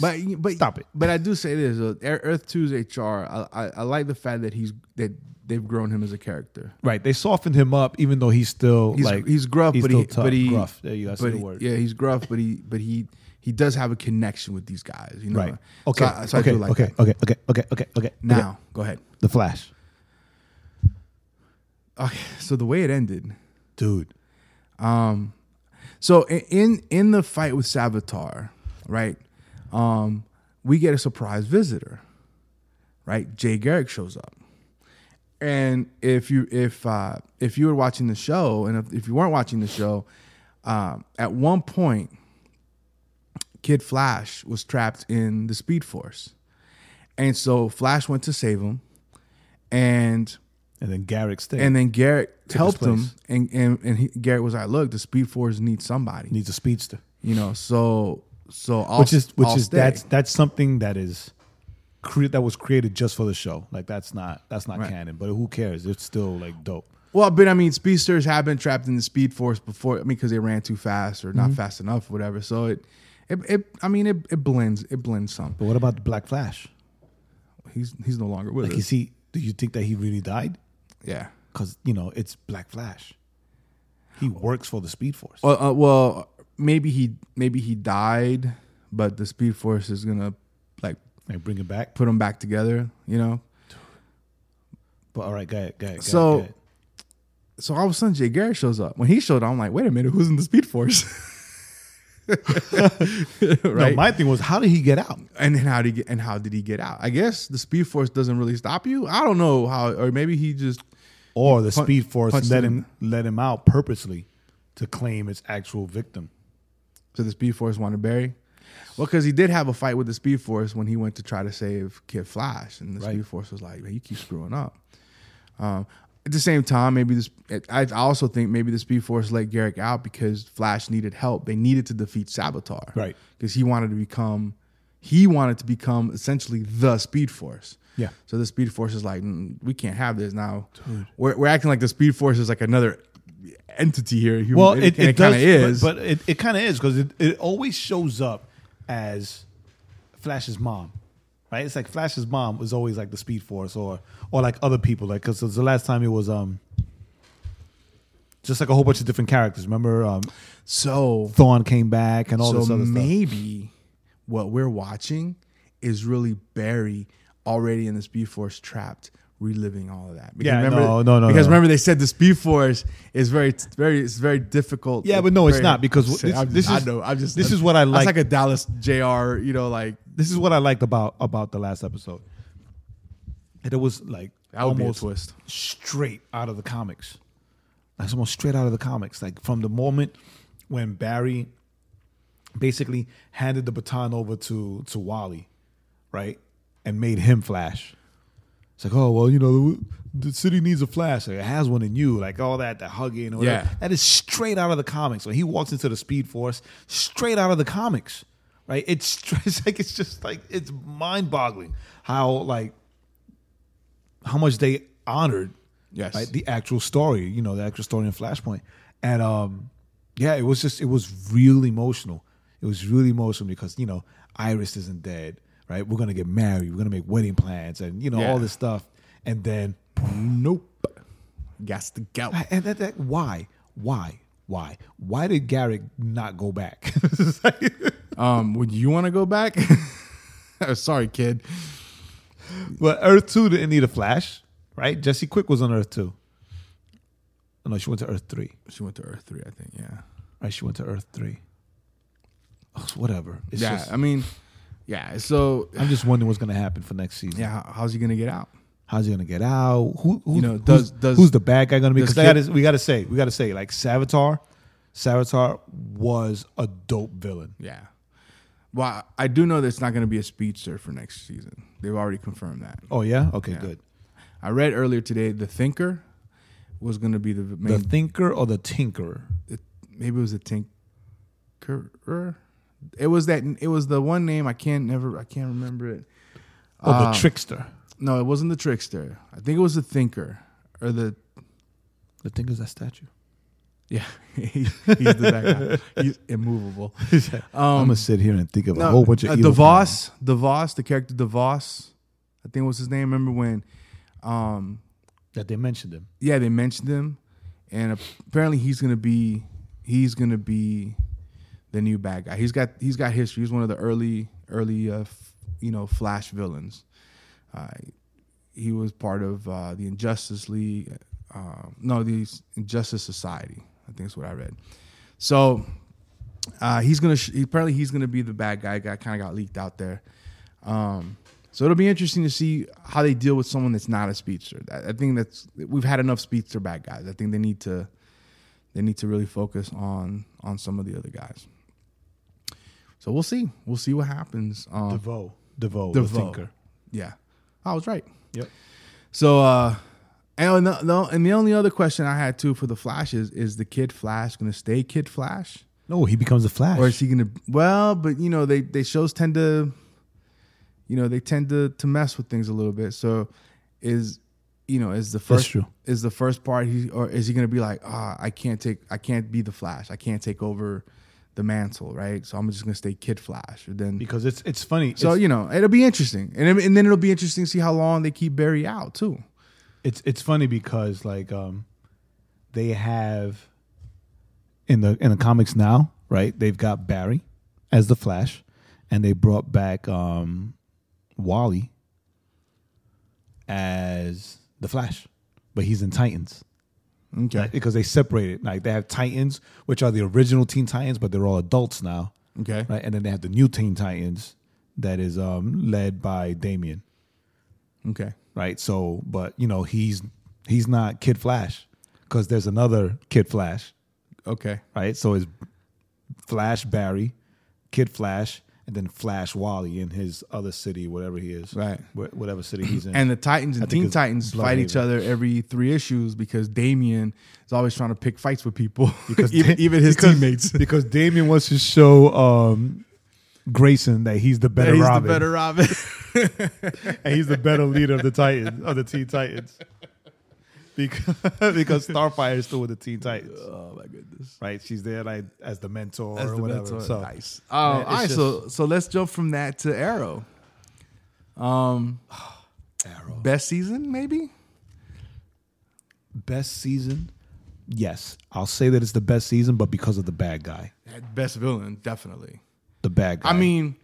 A: But but
B: Stop it.
A: But I do say this: uh, Ear- Earth 2's HR. I, I I like the fact that he's that they've grown him as a character.
B: right. They softened him up, even though he's still
A: He's
B: like
A: he's gruff, but
B: still
A: he
B: tough.
A: but he
B: gruff. There you go. That's
A: but
B: the
A: he-
B: word.
A: Yeah, he's gruff, but he but he he does have a connection with these guys. You know.
B: Right.
A: So
B: Okay.
A: I- so I
B: okay.
A: do like
B: okay.
A: that.
B: okay. Okay. Okay. Okay. Okay.
A: Now
B: Okay.
A: go ahead.
B: the Flash,
A: Okay. So the way it ended.
B: dude.
A: So i- in in the fight with Savitar, right? Um, we get a surprise visitor, right? Jay Garrick shows up, and if you if uh, if you were watching the show, and if, if you weren't watching the show, um, at one point, Kid Flash was trapped in the Speed Force, and so Flash went to save him, and
B: And then Garrick stayed.
A: and then Garrett helped
B: his
A: him, and and and he, Garrett was like, "Look, the Speed Force needs somebody,
B: needs a speedster,
A: you know." So so I'll,
B: which is which
A: I'll
B: is
A: stay.
B: that's that's something that is cre- that was created just for the show. Like that's not that's not canon, but who cares? It's still like dope.
A: well, but I mean, speedsters have been trapped in the Speed Force before. I mean, because they ran too fast or
B: Mm-hmm.
A: not fast enough, whatever. So it. It, it, I mean, it, it blends. It blends some.
B: But what about the Black Flash?
A: He's he's no longer with
B: Like,
A: us.
B: is he? Do you think that he really died?
A: Yeah.
B: Because you know it's Black Flash. He works for the Speed Force.
A: Well, uh, well, maybe he maybe he died, but the Speed Force is gonna like
B: Like bring it back.
A: put him back together. You know,
B: But all right, go ahead. Go ahead. go ahead,
A: So-
B: go ahead.
A: so all of a sudden Jay Garrick shows up. When he showed up, I'm like, wait a minute, who's in the Speed Force? right.
B: no, my thing was how did he get out?
A: and then how did he get and how did he get out? I guess the Speed Force doesn't really stop you. I don't know how, or maybe he just
B: or the speed force
A: punched
B: let
A: him
B: him let him out purposely to claim its actual victim.
A: so the Speed Force wanted Barry. Well, because he did have a fight with the Speed Force when he went to try to save Kid Flash, and the
B: Right.
A: Speed Force was like, "Man, you keep screwing up." Um, at the same time, maybe this. I I also think maybe the Speed Force let Garrick out because Flash needed help. They needed to defeat Sabotar,
B: Right.
A: Because he wanted to become, he wanted to become essentially the Speed Force.
B: Yeah.
A: So the Speed Force is like, "Mm, we can't have this now. We're, we're acting like the Speed Force is like another entity here. Human-
B: Well, it,
A: and
B: it, does,
A: kinda is,
B: but, but it, it kind of is because it, it always shows up as Flash's mom, right? It's like Flash's mom was always like the Speed Force or or like other people, like because the last time it was um Just like a whole bunch of different characters. Remember, um,
A: So
B: Thorn came back and all this
A: so
B: other stuff.
A: maybe what we're watching is really Barry already in the Speed Force trapped, reliving all of that. Because
B: Yeah, no, no, no,
A: Because
B: no.
A: remember they said the Speed Force is very, it's very, it's very difficult.
B: Yeah, but no, it's
A: very-
B: not, because this-
A: I'm
B: this
A: I
B: is-
A: know, I'm just
B: this is what I
A: that's
B: like.
A: like a Dallas Jr. You know, like
B: This is what I liked about about the last episode. It was like
A: that would
B: almost
A: be a twist.
B: straight out of the comics. That's almost straight out of the comics. Like from the moment when Barry basically handed the baton over to to Wally, right, and made him Flash. It's like, oh well, you know, the, the city needs a Flash. Like, it has one in you. Like all that, the hugging. Or whatever.
A: Yeah.
B: that is straight out of the comics. When he walks into the Speed Force, straight out of the comics, right? It's, it's like it's just like it's mind boggling how like how much they honored
A: Yes.
B: right, the actual story, you know, the actual story in Flashpoint. And um, yeah, it was just it was real emotional. It was really emotional because, you know, Iris isn't dead, right? We're gonna get married, we're gonna make wedding plans and you know, all
A: Yeah.
B: this stuff. And then nope.
A: Gas to go.
B: I- And that, that why? Why? Why? Why did Garrick not go back? It's like-
A: Um, would you want to go back? Sorry, kid.
B: Well, Earth Two didn't need a Flash, right? Jesse Quick was on Earth Two. Oh, No, she went to Earth Three.
A: She went to Earth three, I think. Yeah.
B: Right, she went to Earth Three. Ugh, it's whatever. It's
A: yeah.
B: just,
A: I mean, yeah. So
B: I'm just wondering what's gonna happen for next season.
A: yeah, how- how's he gonna get out?
B: How's he gonna get out? Who, who
A: You know, does-
B: who's- who's,
A: does-
B: the bad guy gonna be?
A: does
B: Because I
A: Kid-
B: gotta, we gotta say, we gotta say, like Savitar, Savitar was a dope villain.
A: Yeah. Well, I- I do know that it's not going to be a speedster for next season. They've already confirmed that.
B: Oh yeah, okay, good.
A: I read earlier today the Thinker was going to be the main.
B: The Thinker or the Tinkerer?
A: it- maybe it was the Tinkerer. It was that. It was the one name I can't never. I can't remember it.
B: Or
A: um,
B: the Trickster?
A: No, it wasn't the Trickster. I think it was the Thinker or the.
B: The Thinker's that statue.
A: Yeah, he, he's the bad guy. He's immovable.
B: I'm gonna sit here and think of a
A: Um, No,
B: whole bunch of
A: uh,
B: evil
A: DeVos, DeVos, the character DeVos, I think was his name. Remember when um,
B: that they mentioned him.
A: yeah, they mentioned him, and apparently he's gonna be he's gonna be the new bad guy. He's got he's got history. He's one of the early early uh, f- you know Flash villains. Uh, he was part of uh, the Injustice League, um, no, the Injustice Society. I think that's what I read. So uh, he's gonna sh- apparently he's gonna be the bad guy. Guy kind of got leaked out there. Um, so it'll be interesting to see how they deal with someone that's not a speedster. I, I think that's we've had enough speedster bad guys. I think they need to they need to really focus on on some of the other guys. So we'll see. Wewell see what happens. Um,
B: DeVoe. DeVoe.
A: the
B: The Thinker.
A: Yeah, I was right.
B: Yep.
A: So uh, and the, the, and the only other question I had too for the Flash is is the Kid Flash gonna stay Kid Flash?
B: No, he becomes the Flash.
A: or is he gonna well but you know they they shows tend to you know they tend to to mess with things a little bit so is you know is the first
B: true.
A: is the first part he or is he gonna be like ah i can't take i can't be the flash i can't take over the mantle right so i'm just gonna stay kid flash or then
B: because it's it's funny.
A: so
B: it's,
A: you know it'll be interesting and, it- and then it'll be interesting to see how long they keep barry out too
B: it's it's funny because like um, they have in the in the comics now, right? They've got Barry as the Flash, and they brought back um, Wally as the Flash, but he's in Titans.
A: okay
B: because they separated. Like they have Titans, which are the original Teen Titans, but they're all adults now.
A: Okay.
B: Right, and then they have the new Teen Titans that is um, led by Damien.
A: okay
B: Right. So, but you know he's he's not Kid Flash because there's another Kid Flash.
A: okay
B: Right. So it's Flash Barry, Kid Flash, and then Flash Wally in his other city, whatever he is.
A: Right.
B: Wh- whatever city he's in.
A: And the Titans and
B: think
A: Teen
B: it's
A: Titans
B: Bloodhaven.
A: fight each other every three issues because Damien is always trying to pick fights with people,
B: because
A: even,
B: Da-
A: even his
B: because-
A: teammates.
B: Because Damien wants to show um, Grayson that he's the better
A: He's
B: Robin,
A: the better Robin.
B: and he's the better leader of the Titans of the Teen Titans. Because, because Starfire is still with the Teen Titans,
A: oh my goodness!
B: right? She's there like as the mentor
A: That's
B: or
A: the
B: whatever.
A: mentor.
B: So
A: nice. Um,
B: Yeah,
A: all
B: it's
A: right, so so let's jump from that to Arrow. Um,
B: Arrow
A: best season maybe.
B: best season. Yes, I'll say that it's the best season, but because of the bad guy,
A: Best villain, definitely.
B: the bad guy.
A: I mean,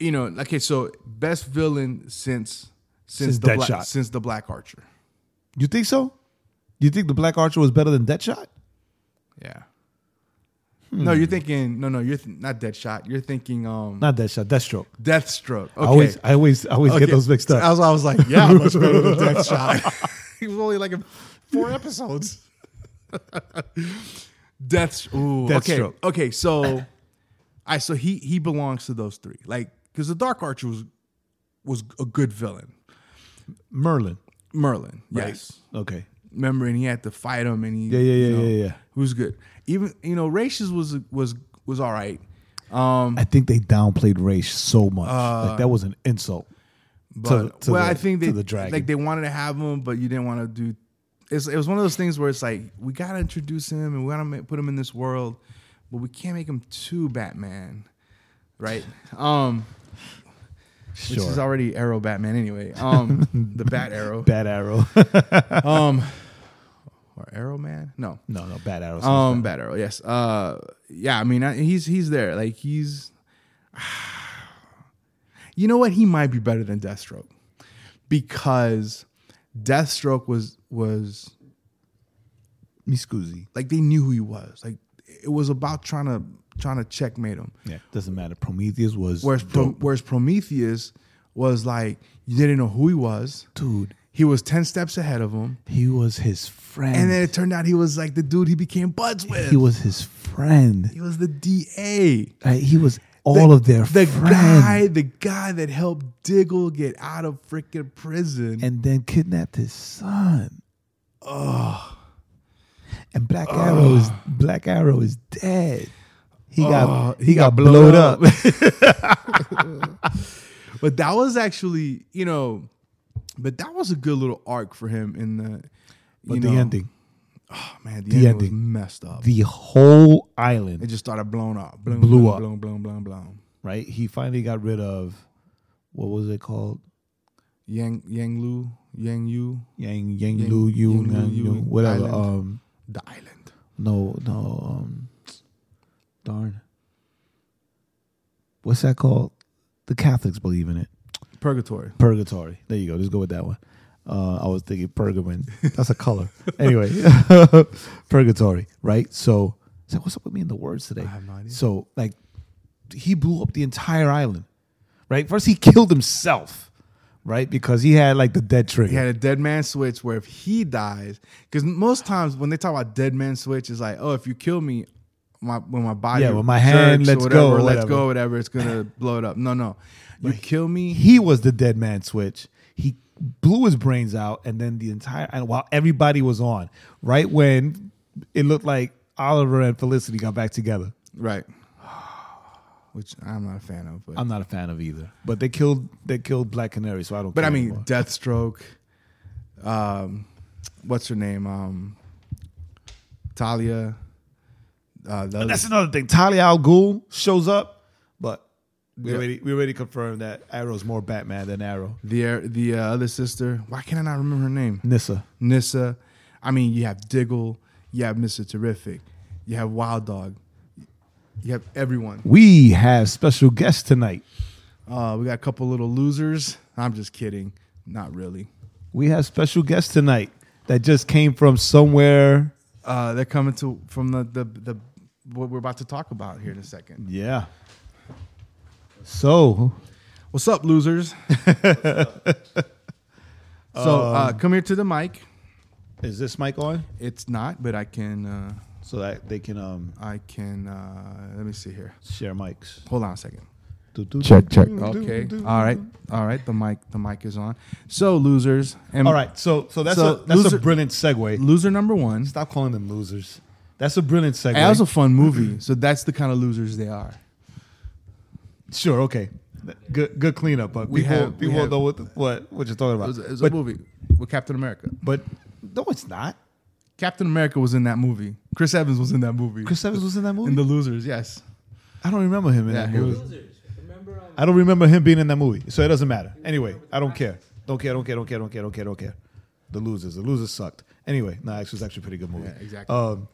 A: you know, okay, so best villain since since,
B: Since
A: the black,
B: Deadshot.
A: since the Black Archer.
B: you think so? You think the Black Archer was better than Deadshot?
A: Yeah.
B: Hmm.
A: No, you're thinking no, no, you're th- not Deadshot. You're thinking um
B: Not Deadshot, Deathstroke.
A: Deathstroke. Okay.
B: I always, I always, I always get
A: Okay.
B: those mixed
A: So I
B: up.
A: was, I was like, yeah, much better than Deathshot. he was only like in four episodes. Death. Ooh, okay.
B: Deathstroke.
A: Okay, so, all right, so he he belongs to those three, like because the Dark Archer was was a good villain,
B: Merlin.
A: Merlin. Yes,
B: Okay.
A: remember, and he had to fight him, and he
B: Yeah, yeah, yeah,
A: you know,
B: yeah, yeah.
A: He was good. Even you know, Racious was was was all right, um, Uh,
B: I think they downplayed race so much. like that was an insult.
A: but
B: to
A: well,
B: the-
A: I think
B: to
A: they
B: the dragon.
A: like they wanted to have him, but you didn't want to do. It's, it was one of those things where it's like we gotta introduce him and we gotta ma- put him in this world, but we can't make him too Batman, right? Um,
B: Sure.
A: which is already Arrow Batman anyway. Um, the Bat Arrow
B: Bad Arrow.
A: um, or Arrow Man? No,
B: no, no, Bad Arrow.
A: um, Bat Arrow. Yes. Uh, yeah. I mean, I, he's he's there. Like he's. You know what? He might be better than Deathstroke, because Deathstroke was was
B: Miscusi.
A: like they knew who he was. Like it was about trying to trying to checkmate him.
B: Yeah, doesn't matter. Prometheus was
A: Whereas Pro,
B: dope.
A: whereas Prometheus was like you didn't know who he was.
B: dude.
A: He was ten steps ahead of him,
B: He was his friend.
A: and then it turned out he was like the dude he became buds with.
B: Mm. he was his friend.
A: He was the DA.
B: Like, he was all of their
A: the
B: friend.
A: guy, the guy that helped Diggle get out of freaking prison.
B: and then kidnapped his son. Oh. And Black Arrow is Black Arrow is dead. He got he, got, blowed, up.
A: but that was actually, you know, but that was a good little arc for him in the
B: but
A: you
B: the
A: know,
B: ending,
A: Oh man, the,
B: the
A: ending, was
B: ending.
A: messed up.
B: the whole
A: it
B: island,
A: just started blowing up. Blown,
B: Blew
A: blown,
B: up.
A: Blown, blown, blown, blown.
B: right? He finally got rid of what was it called?
A: Yang Yang Lu, Yang Yu,
B: Yang Yang
A: Yang-
B: Lu Yu
A: Yang Lu
B: Yang
A: Yu
B: Yu whatever.
A: Island.
B: Um,
A: the island.
B: no, no. Um, darn. What's that called? The Catholics believe in it.
A: Purgatory.
B: Purgatory. There you go. Just go with that one. Uh, I was thinking pergamon. That's a color. anyway, purgatory. Right. So, so what's up with me in the words today? I
A: have no idea.
B: So, like, he blew up the entire island. Right. First, he killed himself. Right, because he had like the dead trigger.
A: He had a dead man switch where if he dies, because most times when they talk about dead man switch, it's like, oh, if you kill me, my when my body,
B: Yeah, with my hand,
A: jerks
B: let's
A: whatever,
B: go, or
A: let's
B: whatever.
A: go, whatever, it's gonna blow it up. No, no, you kill me,
B: he was the dead man switch. He blew his brains out, and then the entire and while everybody was on, right when it looked like Oliver and Felicity got back together.
A: right? Which I'm not a fan of, but
B: I'm not a fan of either, but they killed they killed Black Canary, so I don't.
A: but I
B: care
A: mean,
B: anymore.
A: Deathstroke, um, what's her name, um, Talia. Uh, the other,
B: that's another thing. Talia Al Ghul shows up, but we already we already confirmed that Arrow's more Batman than Arrow.
A: the the uh, other sister. Why can I not remember her name?
B: Nissa,
A: Nissa. I mean, you have Diggle, you have Mr. Terrific, you have Wild Dog, you have everyone.
B: we have special guests tonight.
A: Uh, we got a couple little losers. I'm just kidding. Not really.
B: We have special guests tonight that just came from somewhere.
A: Uh, they're coming to from the, the the what we're about to talk about here in a second.
B: Yeah. So
A: What's up, losers? so uh,
B: Um,
A: come here to the mic.
B: is this mic on
A: It's not, but I can uh,
B: so that they can um
A: I can uh, let me see here.
B: share mics?
A: Hold on a second.
B: Do, do,
D: Check,
B: do,
D: check.
B: do, do,
A: Okay.
B: do.
A: All right. All right. The mic. The mic is on. So losers. And
B: All right. So so that's
A: So,
B: a that's
A: loser-
B: a brilliant segue.
A: Loser number one.
B: Stop calling them losers. That's a brilliant segue.
A: That was a fun movie. So that's the kind of losers they are.
B: sure, okay. Good, good cleanup. But
A: We
B: people,
A: have- we
B: people
A: have-
B: know what, the, what what you're talking
A: It
B: about.
A: was, it was
B: but,
A: a movie with Captain America.
B: but no, it's not.
A: Captain America was in that movie. Chris Evans was in that movie.
B: Chris Evans was in that movie.
A: in the losers. Yes.
B: I don't remember him in
A: Yeah,
B: that
A: he
B: movie.
A: was-
E: Remember, um,
B: I don't remember him being in that movie, so it doesn't matter. Anyway, I don't care. Don't care. Don't care. Don't care. Don't care. Don't care. Don't care. The losers. The losers sucked. Anyway, no, actually, it was actually a pretty good movie.
A: exactly.
B: Um,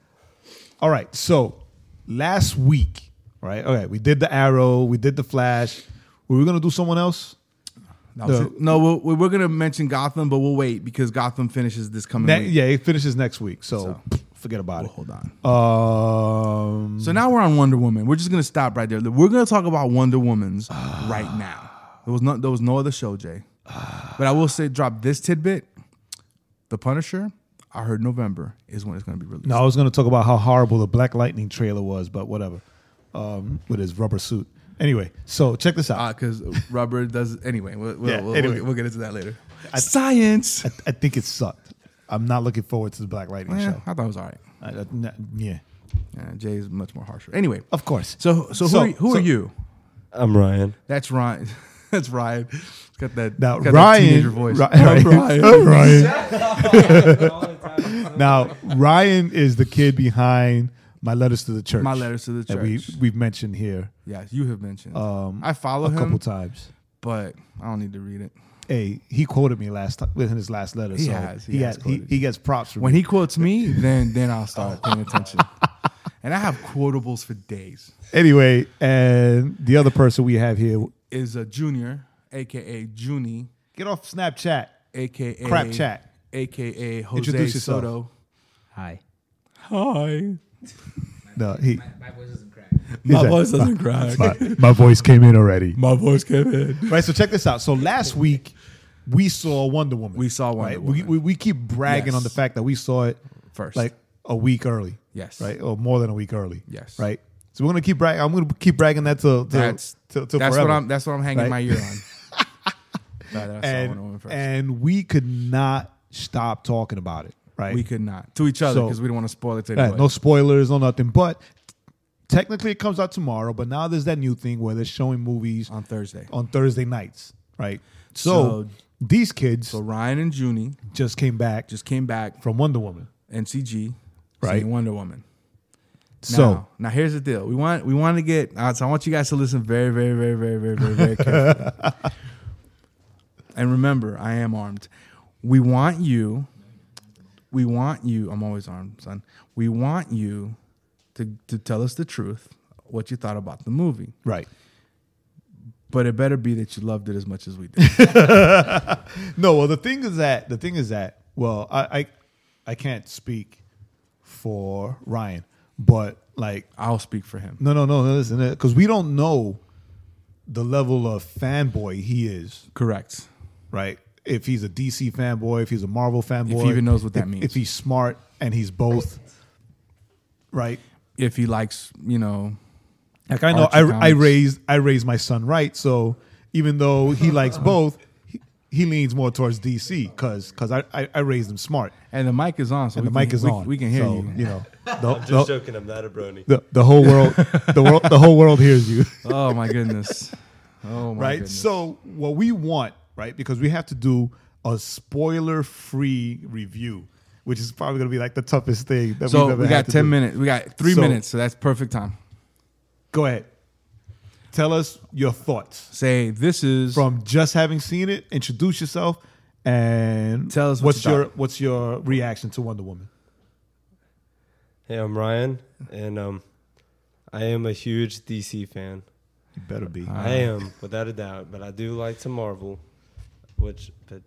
B: all right, so last week, right? Okay, we did the Arrow, we did the Flash. Were we gonna do someone else?
A: That was
B: No.
A: it. No, we'll- we're, we're going to mention Gotham, but we'll wait because Gotham finishes this coming
B: Ne-
A: week.
B: yeah, it finishes next week, so, forget about
A: Hold on.
B: it. Um,
A: So now we're on Wonder Woman. We're just going to stop right there. We're going to talk about Wonder Woman's right now. There was no there was no other show, Jay. But I will say drop this tidbit. The Punisher, I heard November is when it's going to be released.
B: No, I was going to talk about how horrible the Black Lightning trailer was, but whatever. Um, with his rubber suit. Anyway, so check this out.
A: because Ah, rubber does anyway. We'll, we'll,
B: Yeah,
A: we'll,
B: anyway.
A: we'll, we'll get into that later. Science.
B: I, I think it sucked. I'm not looking forward to the Black Lightning
A: Ah. Yeah,
B: show.
A: I thought it was all right.
B: I, I- Uh, n- yeah,
A: Yeah, Jay is much more harsher. Anyway,
B: of course.
A: so so who
B: So-
A: are, you- who
B: so-
A: are you?
E: I'm Ryan.
A: That's Ryan. That's Ryan. It's got that,
B: now
A: it's got that
B: Ryan,
A: teenager voice. Oh,
B: Ri-
A: I'm
B: Ryan, Oh,
A: Ryan.
B: Now Ryan is the kid behind my letters to the church.
A: My letters to the
B: that we
A: church.
B: we've mentioned here
A: yeah, you have mentioned.
B: um,
A: I follow
B: a
A: him,
B: couple times.
A: but I don't need to read it.
B: Hey, he quoted me last time in his last letter.
A: He
B: so
A: has, he
B: he,
A: has
B: had- he,
A: quoted
B: he gets props for
A: When
B: me.
A: he quotes me, then then I'll start paying attention. And I have quotables for days.
B: Anyway, and the other person we have here
A: Is a junior, aka Junie,
B: Get off Snapchat.
A: aka
B: Crap chat.
A: aka Jose
B: Introduce yourself.
A: Soto.
F: Hi.
A: Hi.
B: No, he.
F: My voice isn't cracked.
B: My voice
A: doesn't crack.
B: my, my voice came in already.
A: My voice came in.
B: Right. So check this out. So last week we saw Wonder Woman.
A: We saw Wonder
B: right?
A: Woman.
B: We, we we keep bragging
A: Yes.
B: on the fact that we saw it
A: First.
B: like a week early.
A: Yes.
B: Right. Or more than a week early.
A: Yes.
B: Right. So we're gonna keep bragging. I'm gonna keep bragging that till till
A: That's
B: till, till
A: that's
B: forever.
A: what I'm that's what I'm hanging
B: right?
A: my ear on. Now that I saw Wonder Woman
B: and,
A: first.
B: and we could not stop talking about it. Right.
A: we could not to each other
B: So-
A: because we didn't want to spoil it to
B: Right,
A: anybody.
B: no spoilers, no nothing. But technically, it comes out tomorrow. But now there's that new thing where they're showing movies
A: on Thursday.
B: on Thursday nights, right? So,
A: So-
B: these kids
A: So Ryan and Junie
B: just came back
A: just came back from
B: from Wonder Woman.
A: NCG,
B: Right.
A: seeing Wonder Woman.
B: So
A: now, now here's the deal. We want we want to get. Uh, so I want you guys to listen very, very, very, very, very, very, very carefully. and remember, I am armed. We want you. We want you. I'm always armed, son. We want you to to tell us the truth, what you thought about the movie.
B: right,
A: But it better be that you loved it as much as we did.
B: no. Well, the thing is that the thing is that well, I I, I can't speak for Ryan, but like
A: I'll speak for him.
B: no, no, no, no. Listen, because we don't know the level of fanboy he is
A: Correct.
B: right? If he's a DC fanboy, if he's a Marvel fanboy,
A: even knows what that
B: if-
A: means.
B: If he's smart and he's both, right?
A: If he likes, you know,
B: Like I know,
A: Archie
B: I, I
A: comics.
B: raised I raised my son right, so even though he likes both, he, he leans more towards DC because I, I I raised him smart
A: and the mic is on, so
B: and
A: we
B: the mic
A: can-
B: is
A: we-
B: on.
A: We can hear
B: So,
A: you.
B: You know, the,
E: I'm
B: the,
E: just joking. I'm not a brony.
B: the, the whole world the world the whole world hears you.
A: Oh my goodness. Oh my
B: right?
A: goodness.
B: So what we want, right? Because we have to do a spoiler-free review, which is probably going to be like the toughest thing that
A: So
B: we've ever
A: we
B: had
A: got
B: to
A: ten
B: do.
A: minutes. We got three
B: So-
A: minutes, so that's perfect time.
B: Go ahead. Tell us your thoughts
A: Say this is
B: from just having seen it. Introduce yourself and
A: Tell us what
B: what's
A: you
B: your
A: thought.
B: what's your reaction to Wonder Woman.
E: Hey, I'm Ryan, and um, I am a huge DC fan.
B: You better be.
E: I am, without a doubt. But I do like to Marvel, which but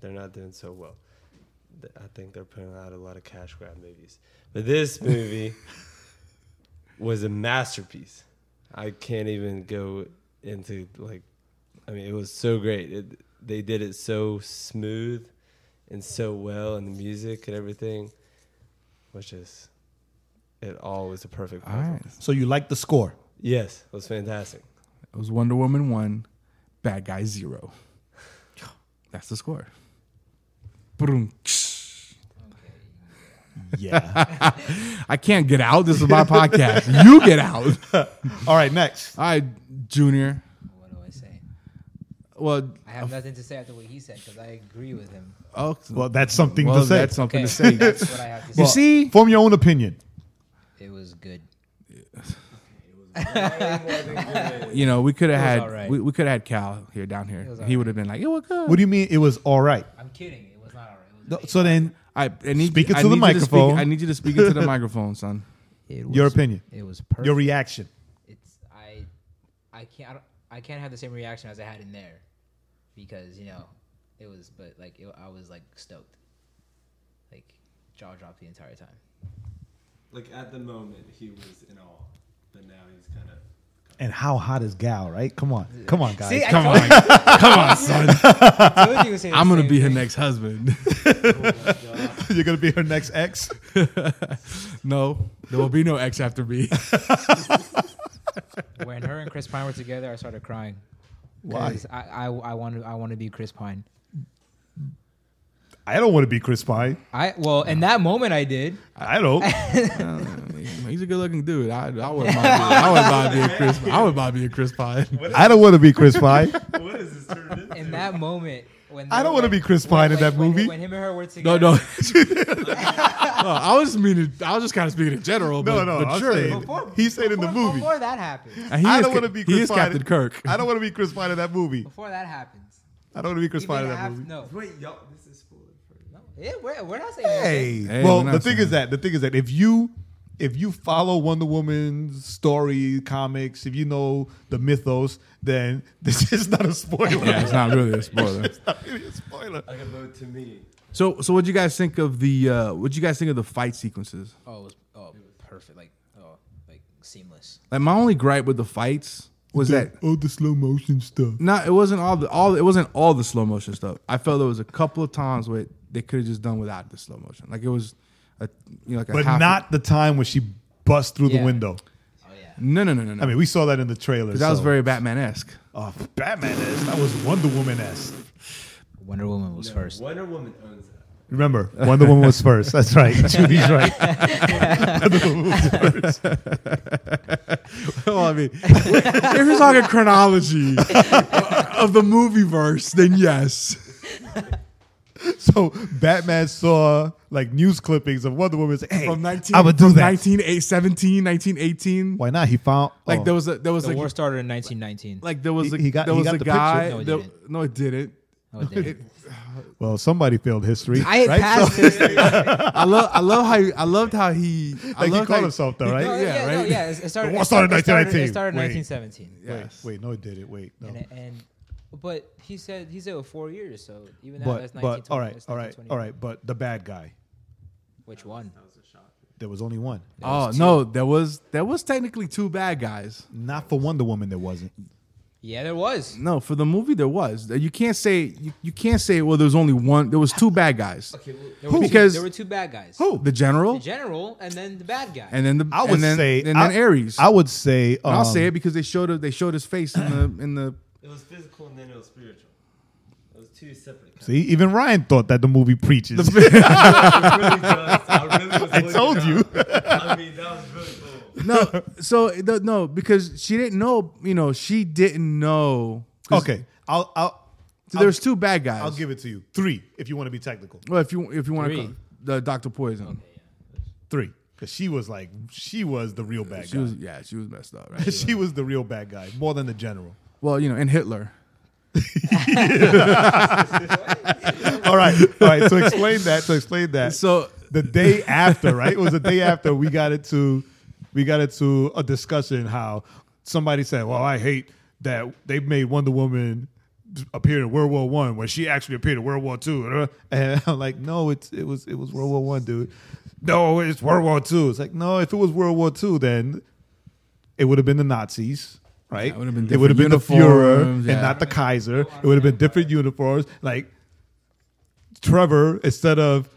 E: they're not doing so well. Th- I think they're putting out a lot of cash grab movies. But this movie was a masterpiece. I can't even go into like. I mean, it was so great. It, they did it so smooth and so well, and the music and everything, which is it all was a perfect.
A: all right.
B: so you like the score?
E: Yes, it was fantastic.
A: It was Wonder Woman one, bad guy zero. That's the score. Broom.
B: Yeah.
A: I can't get out. This is my podcast. You get out. All
B: All right. Next.
A: right, Junior.
F: What do I say?
A: Well,
F: I have nothing to say after what he said because I agree with him.
A: oh,
B: Well, that's something
A: well,
B: to say.
A: that's something to say.
F: Okay, That's what I have to say.
A: You see,
B: Form your own opinion.
F: It was good.
A: you know, we could have
F: was
A: had
F: all right.
A: we, we could have had Cal here down here.
F: was all
A: He would have been like, "It was good."
B: What do you mean? It was all right.
F: I'm kidding. It was not alright. It was
B: No, so then,
A: I, I need
B: Speak it
A: I
B: to the
A: need you speak-
B: microphone.
A: I need you to speak into the microphone, son.
F: It
B: Your opinion.
F: It was perfect.
B: your reaction.
F: it's I, I can't I, don't, I can't have the same reaction as I had in there, because you know, it was but like it, I was like stoked, like jaw dropped the entire time.
E: Like at the moment, he was in awe, but now he's kind of.
B: And how hot is Gal, right? Come on. Come on, guys.
F: See, I
A: Come
F: told-
A: on, come on, son.
F: I told you it was the
A: I'm gonna
F: same
A: be her
F: thing.
A: next husband.
B: You're going to be her next ex?
A: no, there will be no ex after me.
F: When her and Chris Pine were together, I started crying.
B: Why?
F: 'Cause I, I I want to I want to be Chris Pine.
B: I don't want to be Chris Pine.
F: I well in that moment I did.
B: I don't.
A: He's a good-looking dude. I, I would mind. being- I would mind being Chris. I would mind being Chris Pine.
B: I don't want to be Chris Pine.
E: What is this turned into?
F: In that moment when
B: I
F: they-
B: don't want to
F: when-
B: be Chris Pine in
F: when-
B: that
F: when-
B: movie.
F: When him and her were together.
A: No, no. No, I was meaning. I was just kind of speaking in general.
B: No,
A: but,
B: no,
A: but
B: I'm
A: sure.
B: saying-
F: Before,
B: He said in the
F: before-
B: movie.
F: Before that happens.
A: And he
B: I
A: is
B: don't
A: Ca-
B: want to be Chris
A: He is
B: Pine.
A: Captain Kirk.
B: I don't want to be Chris Pine in that movie.
F: Before that happens.
B: I don't want to be Chris
F: Even
B: Pine in that
F: af-
B: movie.
F: No.
E: Wait, y'all, this is spoiler for you.
F: Yeah, we're, we're not saying anything.
B: Hey.
A: Hey,
B: well,
A: we're not
B: the thing
A: saying
B: is that the thing is that if you if you follow Wonder Woman's story, comics, if you know the mythos, then this is not a spoiler.
A: Yeah, it's not really a spoiler.
B: It's not really a spoiler.
E: Like a vote to me.
A: So, so what do you guys think of the? Uh, what do you guys think of the fight sequences?
F: Oh, it was, oh, perfect. Like, oh, like seamless.
A: Like my only gripe with the fights was that
B: all the slow motion stuff?
A: no, it wasn't all the all it wasn't all the slow motion stuff. I felt there was a couple of times where they could have just done without the slow motion. Like it was, a you know, like a
B: But
A: half-
B: not the time when she busts through the
F: Yeah.
B: window.
F: Oh yeah.
A: No, no, no, no, no.
B: I mean, we saw that in the trailer.
A: that was
B: so-
A: very Batman esque.
B: oh, Batman esque. That was Wonder Woman esque.
F: Wonder Woman was first.
E: Wonder Woman owns that.
B: Remember, Wonder Woman was first. That's right. Judy's right. Wonder Woman was first.
A: well, I mean, if you're talking chronology of the movie verse, then yes.
B: So Batman saw like news clippings of Wonder Woman. Say, hey,
A: From 19,
B: I would do
A: from
B: that.
A: 1917, 1918.
B: Why not? He found
A: Like
B: oh.
A: there was a there was
F: The
A: like
F: war started in 1919.
A: like there was
B: He-
A: a
B: he got-
A: there
B: he
A: was
B: got
A: a
B: the picture.
A: guy.
F: No, it
A: there-
F: didn't.
A: no, it didn't.
F: oh, damn.
B: Well, somebody failed history.
F: I had
B: right?
F: passed
B: So-
F: this. no,
A: I love I love how he, I loved how he I
B: like he
A: loved
B: called
A: how
B: himself though, right?
F: yeah,
A: yeah,
F: yeah, no,
A: right?
F: yeah. It it started.
B: The war
F: it
B: started in
F: it started-
B: 1919.
F: It started in
B: Wait.
F: 1917.
A: Yes.
B: Wait, no, it did it. Wait, no.
F: And, and but he said he said it was four years. So even that,
B: But
F: that's
B: but
F: 1920.
B: all right,
F: that's
B: all right,
F: 1920.
B: all right. But the bad guy.
F: Which one?
B: There was only one.
A: Oh no, there was there was technically two bad guys.
B: Not for Wonder Woman. There wasn't.
F: Yeah, there was.
A: No, for the movie there was. You can't say you, you can't say well there's only one. There was two bad guys.
F: Okay, well, there
A: Who?
F: Were two,
A: Because-
F: there were two bad guys.
A: Who? The general
F: The general and then the bad guy.
A: and then the
B: I would
A: and then,
B: say.
A: and then
B: I,
A: Ares.
B: I would say. Um,
A: And I'll say it because they showed it. They showed his face in the in the.
E: It was physical and then it was spiritual. It was two separate. kinds.
B: See, even Ryan thought that the movie preaches.
E: really just- I really was
B: I
E: looking
B: told
E: up.
B: you.
E: I mean, that was really cool.
A: No, so the- no because she didn't know. You know, she didn't know. 'Cause
B: okay, I'll I'll
A: so there was two bad guys.
B: I'll give it to you. Three, if you want to be technical.
A: Well, if you if you want
F: Three.
A: to, the Doctor Poison.
B: Three, because she was like she was the real bad
A: She
B: guy.
A: was yeah, she was messed up. Right?
B: she was the real bad guy more than the general.
A: well, you know, and Hitler.
B: All right, all right. To explain that, to explain that.
A: So
B: the day after, right? It was the day after we got into we got into a discussion how somebody said, "Well, I hate that they made Wonder Woman appear in World War One when she actually appeared in World War Two. And I'm like, "No, it's it was it was World War One, dude. No, it's World War Two. It's like, no, if it was World War Two, then it would have been the Nazis." Right,
A: it would have been
B: it would have been the
A: different
B: Fuhrer
A: uniforms, yeah.
B: and not the Kaiser. It would have been different uniforms. Like Trevor, instead of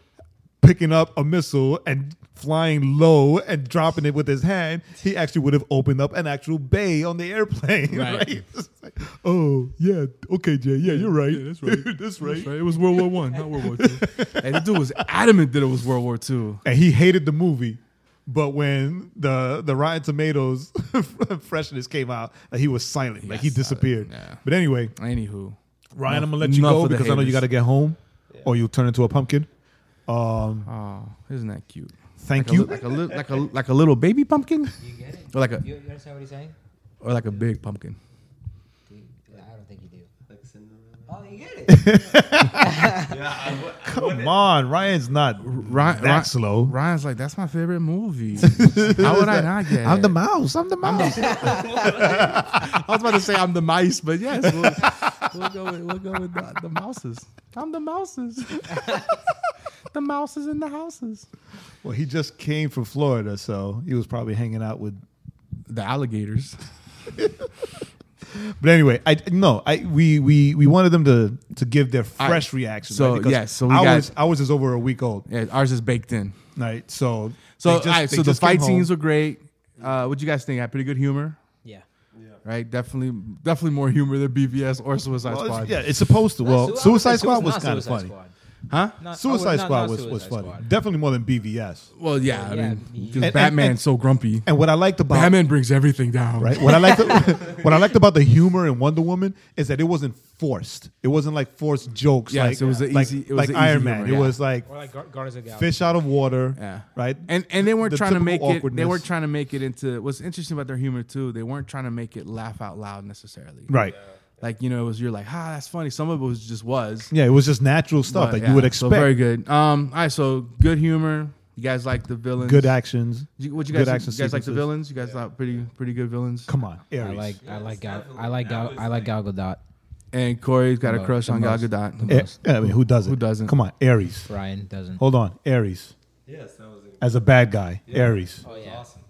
B: picking up a missile and flying low and dropping it with his hand, he actually would have opened up an actual bay on the airplane. Right. It's like, oh, yeah. Okay, Jay. Yeah, you're right.
A: that's right.
B: that's right.
A: it was World War One, not World War Two. and the dude was adamant that it was World War Two.
B: And he hated the movie. But when the the Rotten Tomatoes freshness came out, like, he was silent. like he
A: got silent,
B: disappeared.
A: yeah.
B: But anyway,
A: Anywho, Enough-
B: Ryan, I'm gonna let you
A: enough of
B: go
A: the
B: because I know you
A: haters.
B: gotta get home, or you'll turn into a pumpkin. Um,
A: oh, isn't that cute?
B: thank
A: Like a,
B: you.
A: li- like a li- like a like a little baby pumpkin,
F: you get it?
A: or like a
F: You, you understand what he's saying?
A: or like a big pumpkin.
F: I don't think you do.
E: Like Cinderella.
F: Oh yeah,
E: fucking get it.
B: Come on, Ryan's not
A: Ryan,
B: that
A: Ryan-
B: slow.
A: Ryan's like, that's my favorite movie. How would I not get
B: I'm
A: it?
B: the mouse. I'm the mouse.
A: I was about to say I'm the mice, but yes, we'll, we'll go with, we'll go with the, the mouses. I'm the mouses. the mouses in the houses.
B: well, he just came from Florida, so he was probably hanging out with.
A: The alligators.
B: But anyway, I no, I we we we wanted them to to give their fresh
A: I-
B: reaction.
A: so,
B: right? Because
A: yes, so we got-
B: ours ours is over a week old,
A: Yeah, ours is baked in.
B: right? So
A: So,
B: they just-
A: all right,
B: they
A: so the
B: just came
A: fight
B: home.
A: scenes were great. Uh, what you guys think? I had pretty good humor,
F: Yeah.
A: right? Definitely, definitely more humor than BVS or Suicide
B: Well,
A: Squad.
B: it's, yeah, it's supposed to. Well,
F: Su- I would say
B: Suicide Squad
F: Suicide-
B: was
F: not
B: kind of
F: Suicide
B: funny.
F: Squad.
A: Huh?
F: Not- I
B: Suicide
F: would- not-
B: Squad
F: not
B: was was
F: Suicide
B: funny.
F: Squad.
B: Definitely more than BVS.
A: Well, yeah, I mean,
F: Yeah, yeah.
A: because
B: And- and-
A: Batman's so grumpy.
B: And what I liked about
A: Batman brings everything down.
B: right? What I liked, what I liked about the humor in Wonder Woman is that it wasn't forced. It wasn't like forced jokes.
A: Yes,
B: like,
A: it was a
B: like,
A: easy- it was
B: like
A: a easy
B: Iron
A: humor,
B: Man.
A: yeah.
B: It was like
F: Or like Gar- Guardians of the Galaxy.
B: fish out of water.
A: Yeah.
B: Right.
A: And and they weren't
B: The
A: trying to make
B: typical
A: it. They
B: awkwardness.
A: weren't trying to make it into. What's interesting about their humor too? They weren't trying to make it laugh out loud necessarily.
B: right.
A: Like you know, it was you're like, ah, that's funny. Some of it was just was
B: Yeah, it was just natural
A: But,
B: stuff that
A: yeah,
B: you would
A: so
B: expect.
A: very good. Um, all right, so good humor. You guys like the villains?
B: Good actions.
A: You, what you
B: good
A: guys?
B: action
A: you guys like the
B: sequences.
A: villains? You guys thought pretty pretty good villains.
B: Come on, Aries.
F: I like I like Gal I like Gal I like Gal Gadot.
A: And Corey's got a
F: The
A: crush
F: most-
A: on Gal
F: the most-
A: Gadot.
F: the
B: Eh, I mean, who doesn't?
A: Who doesn't?
B: Come on, Aries.
F: Brian doesn't.
B: Hold on, Aries.
E: yes, that was it.
B: As a bad guy, Aries.
F: Oh yeah.
E: awesome.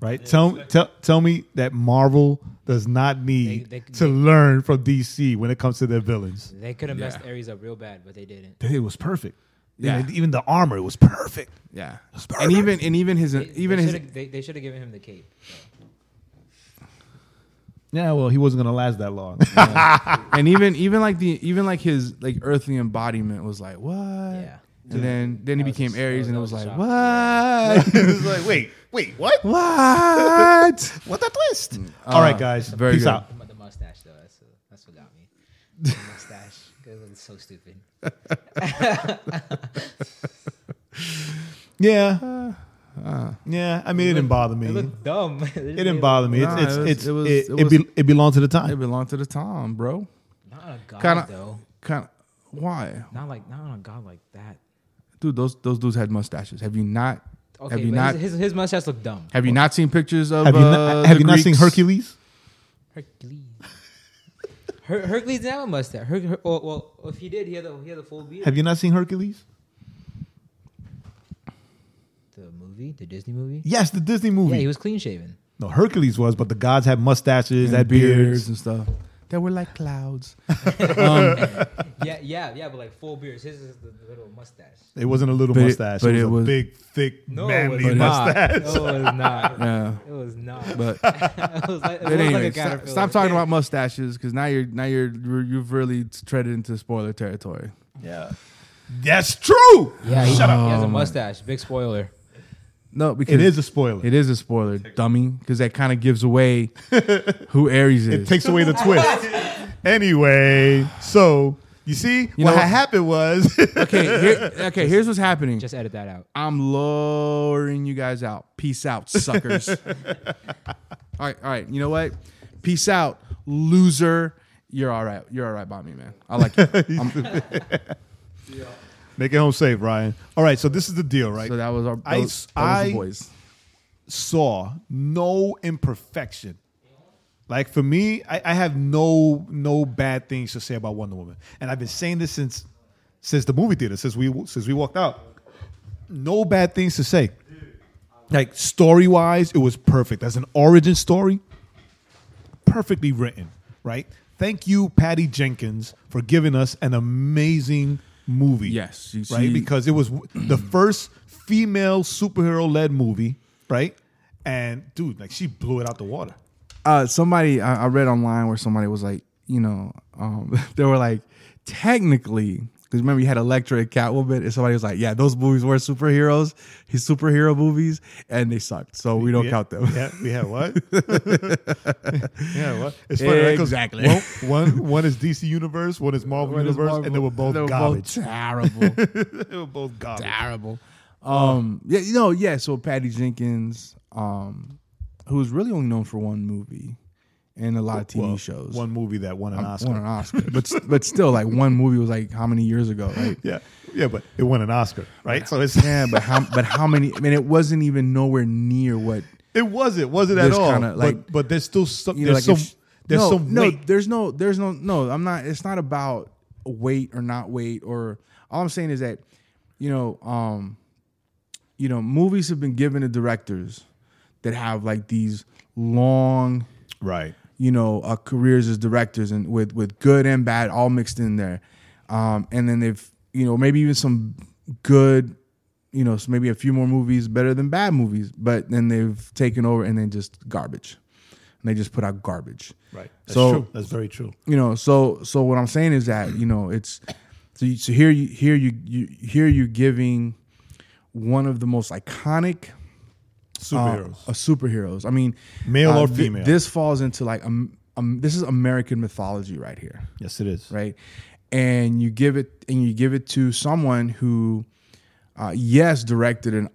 B: Right. tell tell tell me that Marvel does not need
F: They- they-
B: to learn from DC when it comes to their villains.
F: They could have messed
A: Yeah.
F: Ares up real bad, but they didn't.
B: It was perfect.
A: Yeah.
B: Even, even the armor was perfect.
A: Yeah,
B: perfect.
A: and even and even his
F: They,
A: even
F: they
A: his
F: should've- they, should have given him the cape.
B: Yeah, well, he wasn't gonna last that long.
A: and even even like the even like his like earthly embodiment was like what?
F: Yeah.
A: And then then he
F: That was
A: became
F: a-
A: Aries, and
F: that
A: it was
F: was a
A: like
F: shock.
A: what?
B: it was like, wait, wait, what?
A: What?
B: What Mm, uh, the twist? All right, guys,
A: very
B: peace
A: good.
B: out.
F: The, the mustache though, that's that's what got me. The mustache. It was so stupid.
B: Yeah, yeah. I mean, Uh, it didn't bother me.
F: It
B: It
A: Mm-hmm.
F: looked dumb. it
B: didn't bother me. It's
A: Nah,
B: it's
A: it was-
B: it's
A: it
B: it
A: was-
B: it,
A: it was-
B: be, it belonged to the
A: it
B: time.
A: belonged to the Tom, bro.
F: Not on a god
A: Kinda-
F: though.
A: Kind of, why,
F: Not like not on a god like that.
A: dude? Those those dudes had mustaches. Have you not?
F: Okay,
A: have you
F: but
A: not?
F: his, his his mustache looked dumb.
A: have you not seen pictures of?
B: Have you
A: uh,
B: not, have
A: the
B: you not seen
A: Greeks?
B: Hercules?
F: Hercules. Her, Hercules didn't have a mustache. Her, her, well, well, if he did, he had the he had the full beard.
B: Have you not seen Hercules?
F: the movie, the Disney movie.
B: Yes, the Disney movie.
F: Yeah, he was clean shaven.
B: no, Hercules was, but the gods had mustaches,
A: and
B: had
A: beards
B: beards.
A: and stuff? That were like clouds.
F: yeah, yeah, yeah, but like full beards. His is the little mustache.
B: It wasn't a little
A: But it-
B: mustache.
A: but
B: it was
A: it
B: a
A: was-
B: big, thick,
F: No,
B: manly
F: it was
B: mustache.
F: not. No, it was not.
A: Yeah,
F: It was not.
A: but
F: it was like, it
A: But
F: was like
A: anyway,
F: a
A: stop,
F: caterpillar.
A: stop talking about mustaches because now you're now you're you're- you've really treaded into spoiler territory.
B: Yeah. That's true.
F: Yeah, he,
B: Shut up.
F: he
A: Um,
F: has a mustache. Big spoiler.
A: No, because
B: It is a spoiler.
A: it is a spoiler, dummy, because that kind of gives away who Aries is.
B: It takes away the twist. anyway, so you see what
A: know-
B: had happened was
A: okay, here, okay. Here's what's happening.
F: Just edit that out.
A: I'm lowering you guys out. Peace out, suckers. all right, all right. You know what? Peace out, loser. You're all right. You're all right by me, man. I like you. I'm-
B: make it home safe, Ryan. All right, so this is the deal, right?
A: so that was our
B: I-
A: those, that was
B: I-
A: the boys.
B: saw no imperfection. Like for me, I, I have no no bad things to say about Wonder Woman, and I've been saying this since since the movie theater, since we since we walked out. No bad things to say. Like story wise, it was perfect. As an origin story, perfectly written, right? Thank you, Patty Jenkins, for giving us an amazing movie.
A: Yes, you
B: right.
A: see-
B: Because it was w- the first female superhero led movie, right? And dude, like she blew it out the water.
A: uh, somebody I, I read online where somebody was like, you know, um, they were like, technically, because remember you had Electra and Catwoman, and somebody was like, yeah, those movies were superheroes, his superhero movies, and they sucked, so we don't
B: Yeah,
A: count them.
B: Yeah, we had what? yeah, what? It's funny, right? 'Cause
A: Exactly.
B: One, one, one is DC Universe, one is Marvel
A: One is
B: Universe,
A: Marvel,
B: and they were both garbage.
A: terrible,
B: they were both garbage.
A: terrible. Um, yeah, you know, yeah. So Patty Jenkins, um, who's really only known for one movie, and a lot of TV
B: Well,
A: shows.
B: One movie that won an
A: Um,
B: Oscar.
A: won an Oscar, but s- but still, like one movie was like how many years ago, right?
B: Yeah, yeah, but it won an Oscar, right? So it's
A: Yeah, but how but how many? I mean, it wasn't even nowhere near what
B: it wasn't wasn't at
A: This
B: all.
A: kinda, like-
B: but, but there's still some
A: you know,
B: there's
A: like
B: some
A: if-
B: there's
A: no,
B: some
A: no,
B: weight.
A: there's no, there's no, no. I'm not. It's not about weight or not weight or. All I'm saying is that, you know, um, you know, movies have been given to directors that have like these long,
B: Right.
A: you know, uh, careers as directors and with with good and bad all mixed in there, um, and then they've you know maybe even some good. You know, so maybe a few more movies better than bad movies, but then they've taken over and then just garbage, and they just put out garbage
B: Right. That's
A: So- uh,
B: true. That's very true.
A: you know so so what i'm saying is that you know it's so, you, so here you here you, you here you giving one of the most iconic uh,
B: Superheroes.
A: uh, superheroes i mean
B: Male
A: uh,
B: or
A: thi-
B: female.
A: this falls into like um, um this is american mythology right here
B: yes, it is.
A: right and you give it and you give it to someone who uh, yes directed and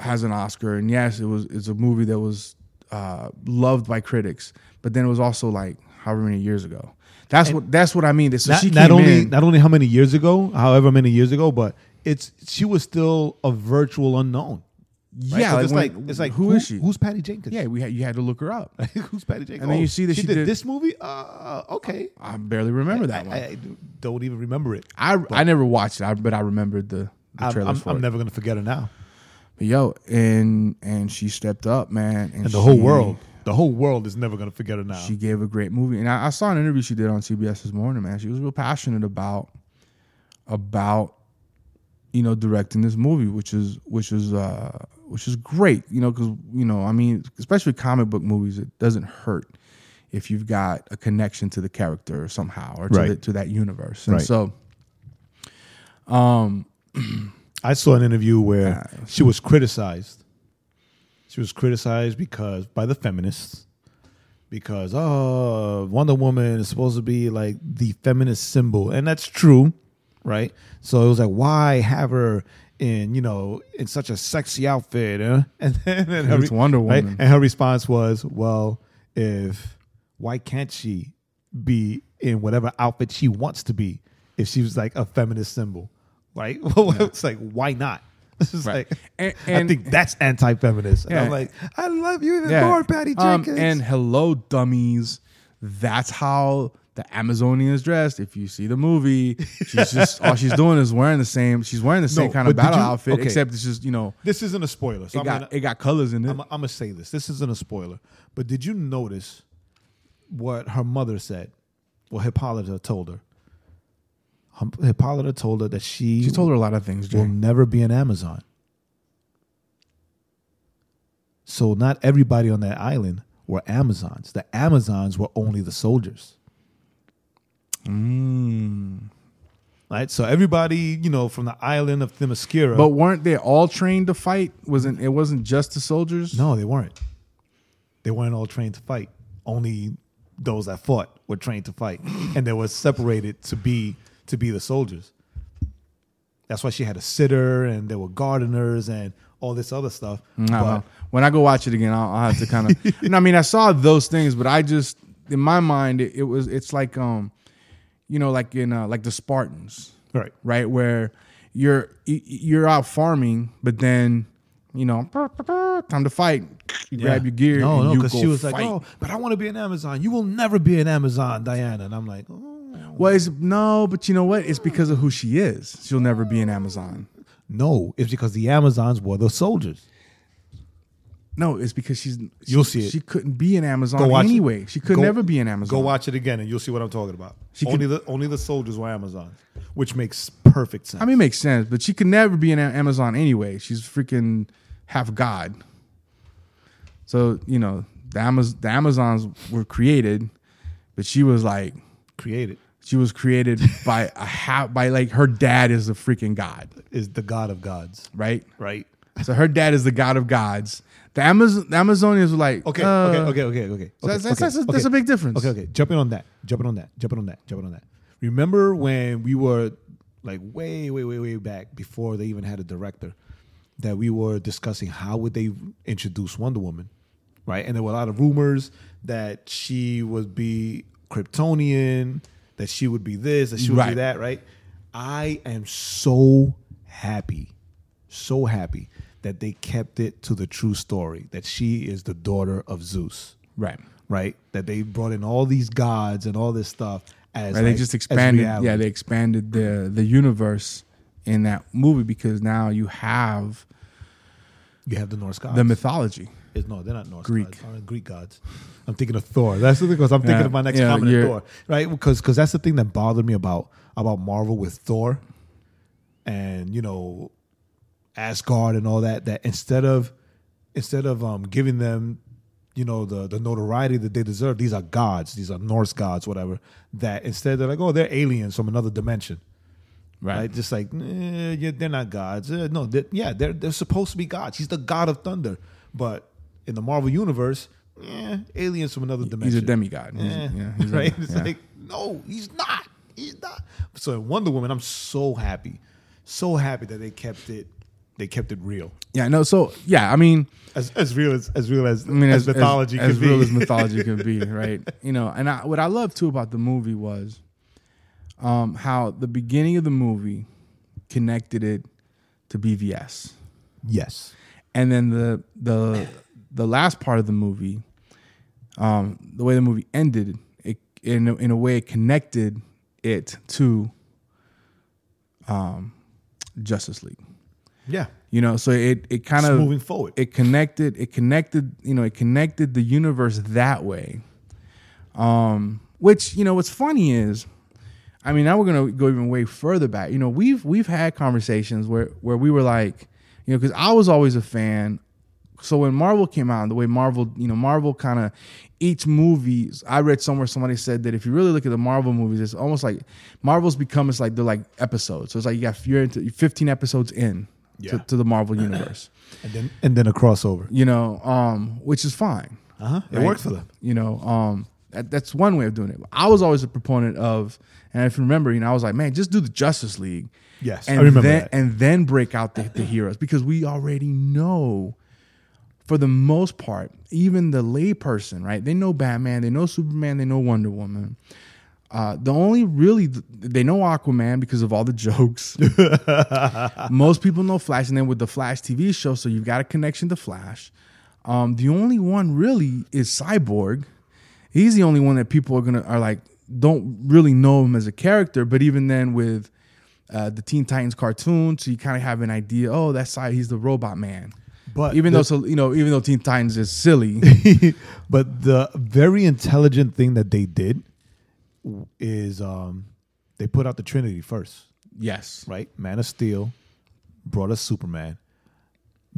A: has an oscar and yes it was it's a movie that was uh, loved by critics but then it was also like however many years ago that's what that's what i mean so
B: not,
A: she
B: not
A: came
B: only
A: in-
B: not only how many years ago, however many years ago, but it's she was still a virtual unknown. right?
A: yeah
B: 'Cause
A: like
B: it's
A: when-
B: like it's like
A: who is she
B: Who's Patty Jenkins?
A: yeah we had you had to look her up
B: who's Patty Jenkins? Oh,
A: And then you see that she did-
B: this movie. Uh, okay,
A: i barely remember that one
B: I, I don't even remember it.
A: i i, never watched it I- but i remembered the, the
B: I'm,
A: trailers
B: I'm,
A: for
B: I'm
A: it.
B: never gonna forget her now.
A: but yo and and she stepped up man and,
B: And the whole
A: she-
B: world, the whole world is never gonna forget her now.
A: she gave a great movie and I, I saw an interview she did on cbs this morning man she was real passionate about about you know directing this movie which is which is uh which is great you know because you know i mean especially comic book movies it doesn't hurt if you've got a connection to the character somehow or to,
B: Right.
A: the, to that universe and
B: Right.
A: so
B: I saw an interview where she was criticized. She was criticized because by the feminists because oh, Wonder Woman is supposed to be like the feminist symbol, and that's true, right? So it was like, why have her in you know in such a sexy outfit? Huh? And then and
A: It's Wonder Woman.
B: and her response was, well, if why can't she be in whatever outfit she wants to be if she was like a feminist symbol? Like, it's like why not? It's just
A: Right.
B: like
A: And-
B: I
A: and-
B: think that's anti-feminist. And
A: Yeah.
B: I'm like, I love you even
A: yeah
B: more, Patty
A: Um,
B: Jenkins.
A: and hello dummies that's how the Amazonian is dressed. If you see the movie, she's just all she's doing is wearing the same. She's wearing the same
B: No,
A: kind of
B: but did
A: battle
B: you-
A: outfit,
B: okay.
A: except it's just you know
B: This isn't a spoiler. So
A: it
B: I'm
A: got
B: gonna,
A: it got colors in it.
B: I'm, I'm gonna say this. This isn't a spoiler. But did you notice what her mother said? Well, Hippolyta told her. Hum- Hippolyta told her that she,
A: she told her a lot of things. Jay.
B: will never be an Amazon. So not everybody on that island were Amazons. The Amazons were only the soldiers.
A: Mm.
B: Right? So everybody, you know, from the island of Themyscira.
A: but weren't they all trained to fight? Wasn't it wasn't just the soldiers?
B: No, they weren't. They weren't all trained to fight. Only those that fought were trained to fight, and they were separated to be to be the soldiers. That's why she had a sitter, and there were gardeners, and all this other stuff.
A: I don't
B: But-
A: know. When I go watch it again, I'll, I'll have to kind of. no, I mean, I saw those things, but I just in my mind it, it was it's like um, you know, like in uh, like the Spartans,
B: Right.
A: right, where you're y- y- you're out farming, but then you know, time to fight. You
B: Yeah.
A: grab your gear.
B: No,
A: and
B: no,
A: you
B: because
A: go
B: she was
A: fight.
B: like, "Oh, but I want to be an Amazon. You will never be an Amazon, Diana." And I'm like, oh.
A: Well, it's, no, but you know what? It's because of who she is. She'll never be an Amazon.
B: "No, it's because the Amazons were the soldiers."
A: No, it's because she's. she-
B: You'll see it.
A: She couldn't be an Amazon
B: Go watch it.
A: anyway. She could
B: Go-
A: never be an Amazon.
B: Go watch it again, and you'll see what I'm talking about.
A: She
B: only the only the soldiers were Amazons, which makes perfect sense.
A: I mean, it makes sense, but she could never be an A- Amazon anyway. She's freaking half god. So you know the, Amaz- the Amazons were created, but she was like
B: created
A: she was created by a half by like her dad is the freaking god,
B: is the God of gods,
A: right?
B: right?
A: So her dad is the god of gods. The Amazon the Amazonians were like
B: Okay,
A: uh,
B: okay, okay, okay, okay.
A: that's-
B: okay,
A: that's- that's a-
B: okay,
A: that's a
B: okay.
A: big difference.
B: Okay, okay. Jumping on that. Jumping on that. Jumping on that. Jumping on that. Remember when we were like way, way, way, way back before they even had a director that we were discussing how would they introduce Wonder Woman, right? And there were a lot of rumors that she would be Kryptonian, that she would be this, that she would be
A: Right.
B: that, right? I am so happy, so happy that they kept it to the true story that she is the daughter of Zeus
A: Right.
B: right? That they brought in all these gods and all this stuff as
A: Right,
B: like,
A: they just
B: as
A: expanded.
B: reality.
A: Yeah, they expanded the the universe in that movie because now you have
B: you have the Norse gods.
A: the mythology.
B: It's- no, they're not Norse
A: Greek.
B: gods. Aren't Greek gods. I'm thinking of Thor. That's the thing because I'm thinking
A: Yeah,
B: of my next
A: yeah,
B: comment of
A: you're-
B: Thor, right? Because because that's the thing that bothered me about about Marvel with Thor, and you know, Asgard and all that. That instead of instead of um giving them you know the the notoriety that they deserve, these are gods. These are Norse gods, whatever. That instead they're like, oh, they're aliens from another dimension.
A: Right.
B: right? Just like eh, yeah, they're not gods. Eh, no, they yeah, they're they're supposed to be gods. He's the god of thunder, but in the Marvel universe, eh, aliens from another dimension.
A: He's a demigod. He's-
B: Eh,
A: yeah, he's a-
B: right? It's
A: yeah.
B: like no, he's not. He's not. So in Wonder Woman, I'm so happy, so happy that they kept it. They kept it real,
A: Yeah, no. So yeah, I mean,
B: as as real as as real as
A: I mean, as, as-
B: mythology
A: as,
B: could be.
A: real as mythology could be, right? You know, and I, what I love too about the movie was um, how the beginning of the movie connected it to BVS,
B: yes,
A: and then the the the last part of the movie, um, the way the movie ended, it in a- in a way it connected it to um, Justice League.
B: yeah.
A: You know, so it it kind
B: It's
A: of
B: moving forward.
A: it connected it connected you know it connected the universe that way um which you know what's funny is i mean now we're gonna go even way further back you know we've we've had conversations where where we were like you know because i was always a fan so when marvel came out the way marvel you know marvel kind of each movie i read somewhere somebody said that if you really look at the marvel movies it's almost like marvel's become it's like they're like episodes so it's like you got you're into you're 15 episodes in
B: Yeah.
A: to, to the marvel universe
B: and then and then a crossover.
A: you know, um, which is fine.
B: Uh huh. It
A: right?
B: worked for them.
A: You know, um, that, that's one way of doing it. I was always a proponent of, and if you remember, you know, I was like, man, just do the Justice League.
B: Yes, I
A: and
B: remember
A: then,
B: that.
A: And then break out the, the heroes because we already know, for the most part, even the layperson, right? They know Batman, they know Superman, they know Wonder Woman. Uh, the only really they know Aquaman because of all the jokes. Most people know Flash, and then with the Flash TV show, so you've got a connection to Flash. Um, the only one really is Cyborg. He's the only one that people are gonna are like don't really know him as a character, but even then with uh, the Teen Titans cartoon, so you kind of have an idea. Oh, that's Cy- he's the Robot Man.
B: But
A: even
B: the-
A: though so you know, even though Teen Titans is silly,
B: but the very intelligent thing that they did is um, they put out the Trinity first,
A: yes,
B: right? Man of Steel brought us Superman.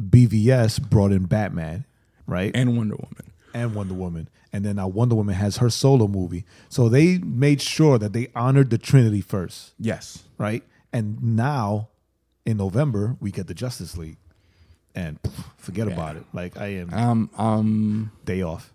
B: BVS brought in Batman, right?
A: and Wonder Woman.
B: and Wonder Woman. And then now Wonder Woman has her solo movie. So they made sure that they honored the Trinity first,
A: Yes,
B: right? And now in November, we get the Justice League. And pff, forget about it. Like, I am
A: um, um,
B: day off.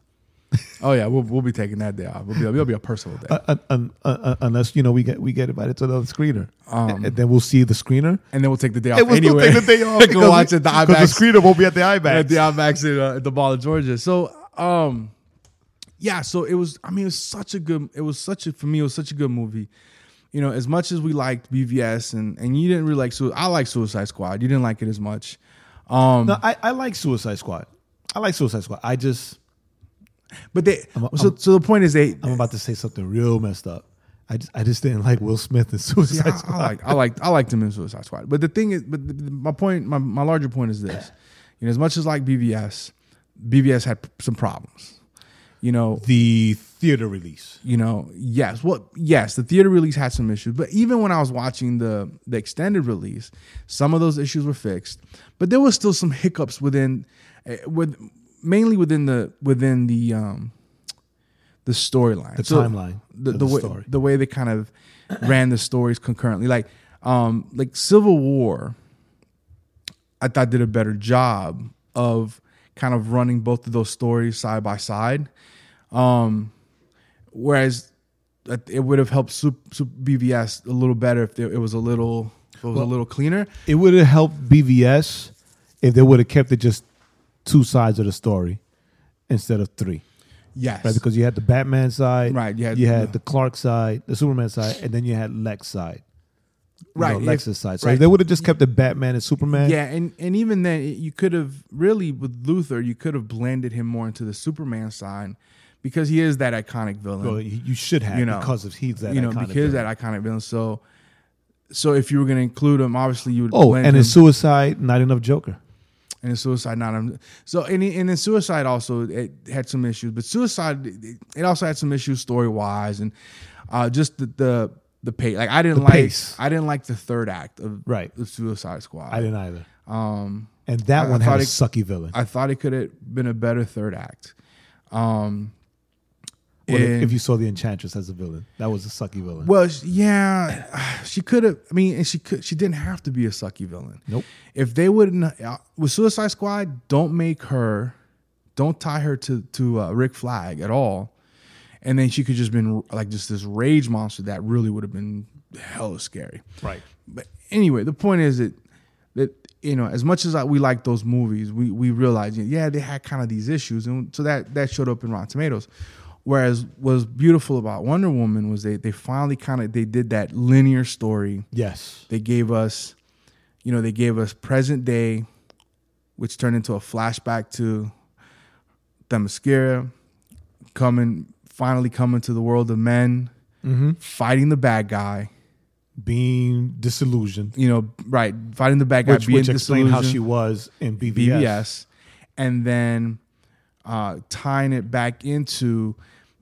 A: oh yeah, we'll, we'll be taking that day off. We'll be, it'll be a personal day.
B: un, un, un, unless you know we get we get invited to another screener, and, and then we'll see the screener.
A: and then we'll take the day off
B: And we'll
A: anyway.
B: still take Um, the day off.
A: Go watch it the
B: because we- 'cause
A: IMAX.
B: The screener won't be at the
A: at
B: IMAX.
A: the IMAX at, uh, at the Ball of Georgia. So, um, yeah. So it was. I mean, it was such a good. It was such a for me. It was such a good movie. You know, as much as we liked BVS and and you didn't really like. Su- I like Suicide Squad. You didn't like it as much. Um,
B: no, I, I like Suicide Squad. I like Suicide Squad. I just
A: but they.
B: I'm-
A: so so the point is they.
B: I'm about to say something real messed up. I just I just didn't like Will Smith in Suicide
A: Yeah, I, I
B: Squad.
A: like I like I like them in Suicide Squad. But the thing is, but the, the- my point, my, my larger point is this: you know, as much as like BVS, BVS had p- some problems. You know,
B: The theater release.
A: you know yes well yes the theater release had some issues but even when i was watching the the extended release some of those issues were fixed but there was still some hiccups within eh, with mainly within the within the um the storyline
B: The timeline
A: the,
B: of
A: the,
B: the
A: way
B: story.
A: the way they kind of ran the stories concurrently like um like civil war i thought did a better job of kind of running both of those stories side by side um Whereas uh, it would have helped Sup Sup BVS a little better if there, it was a little if it was a little cleaner.
B: It would have helped BVS if they would have kept it just two sides of the story instead of three,
A: Yes.
B: right? Because you had the Batman side,
A: Right,
B: You
A: you
B: had,
A: had-
B: the Clark side, the Superman side, and then you had Lex side, You
A: Right,
B: know, Lex's
A: if-
B: side. So
A: right.
B: if they would have just kept the Batman and Superman.
A: yeah, and, and even then, it- you could have really with Luther, you could have blended him more into the Superman side because he is that iconic villain.
B: well, you you should have
A: You know,
B: because of he's that
A: you know,
B: iconic
A: because
B: villain.
A: that iconic villain. So, so if you were going to include him, obviously you would.
B: Oh,
A: blend
B: and
A: him.
B: in Suicide, not enough Joker.
A: and in suicide not um, so and, and in suicide also it had some issues but suicide it- it also had some issues story wise and uh just the the the pace like i didn't like
B: pace.
A: i didn't like the third act of
B: Right.
A: of suicide squad
B: I didn't either.
A: um
B: And
A: I-
B: that
A: I
B: one had
A: thought
B: a
A: it-
B: sucky villain.
A: i thought it could have been a better third act um
B: Well, if
A: and-
B: if you saw the Enchantress as a villain, that was a sucky villain.
A: Well, sh- yeah, she could have. I mean, and she could. She didn't have to be a sucky villain.
B: Nope.
A: If they wouldn't uh, with Suicide Squad, don't make her, don't tie her to to uh, Rick Flag at all, and then she could just been like just this rage monster that really would have been hella scary.
B: right.
A: But anyway, the point is that that you know, as much as I, we like those movies, we we realize yeah they had kind of these issues, and so that that showed up in Rotten Tomatoes. Whereas was beautiful about Wonder Woman was they they finally kind of they did that linear story.
B: Yes.
A: They gave us, you know, they gave us present day, which turned into a flashback to Themyscira coming finally coming to the world of men,
B: Mm-hmm.
A: fighting the bad guy
B: Being disillusioned,
A: you know, right, fighting the bad guy,
B: which,
A: being
B: which explained how she
A: disillusioned,
B: was in BVS.
A: BVS, and then uh, tying it back into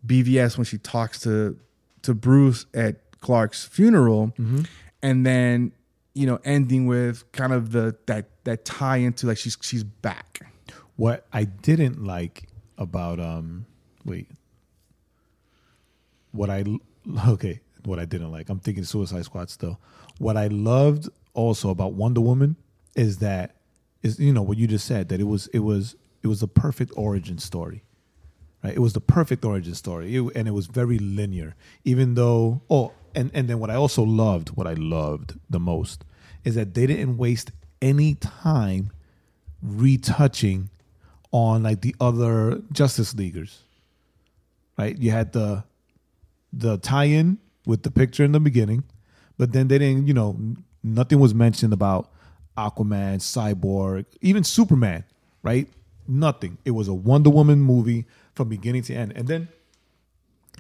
A: BVS when she talks to to Bruce at Clark's funeral, and then you know, ending with kind of the that that tie into like she's she's back.
B: What I didn't like about um wait. What I okay, what I didn't like. I'm thinking Suicide Squad still. What I loved also about Wonder Woman is that is you know what you just said that it was it was it was a perfect origin story. Right? It was the perfect origin story. It- and it was very linear. Even though oh and and then what I also loved, what I loved the most is that they didn't waste any time retouching on like the other Justice Leaguers. Right? You had the the tie-in with the picture in the beginning, but then they didn't, you know, n- nothing was mentioned about Aquaman, Cyborg, even Superman, right? Nothing. It was a Wonder Woman movie from beginning to end. And then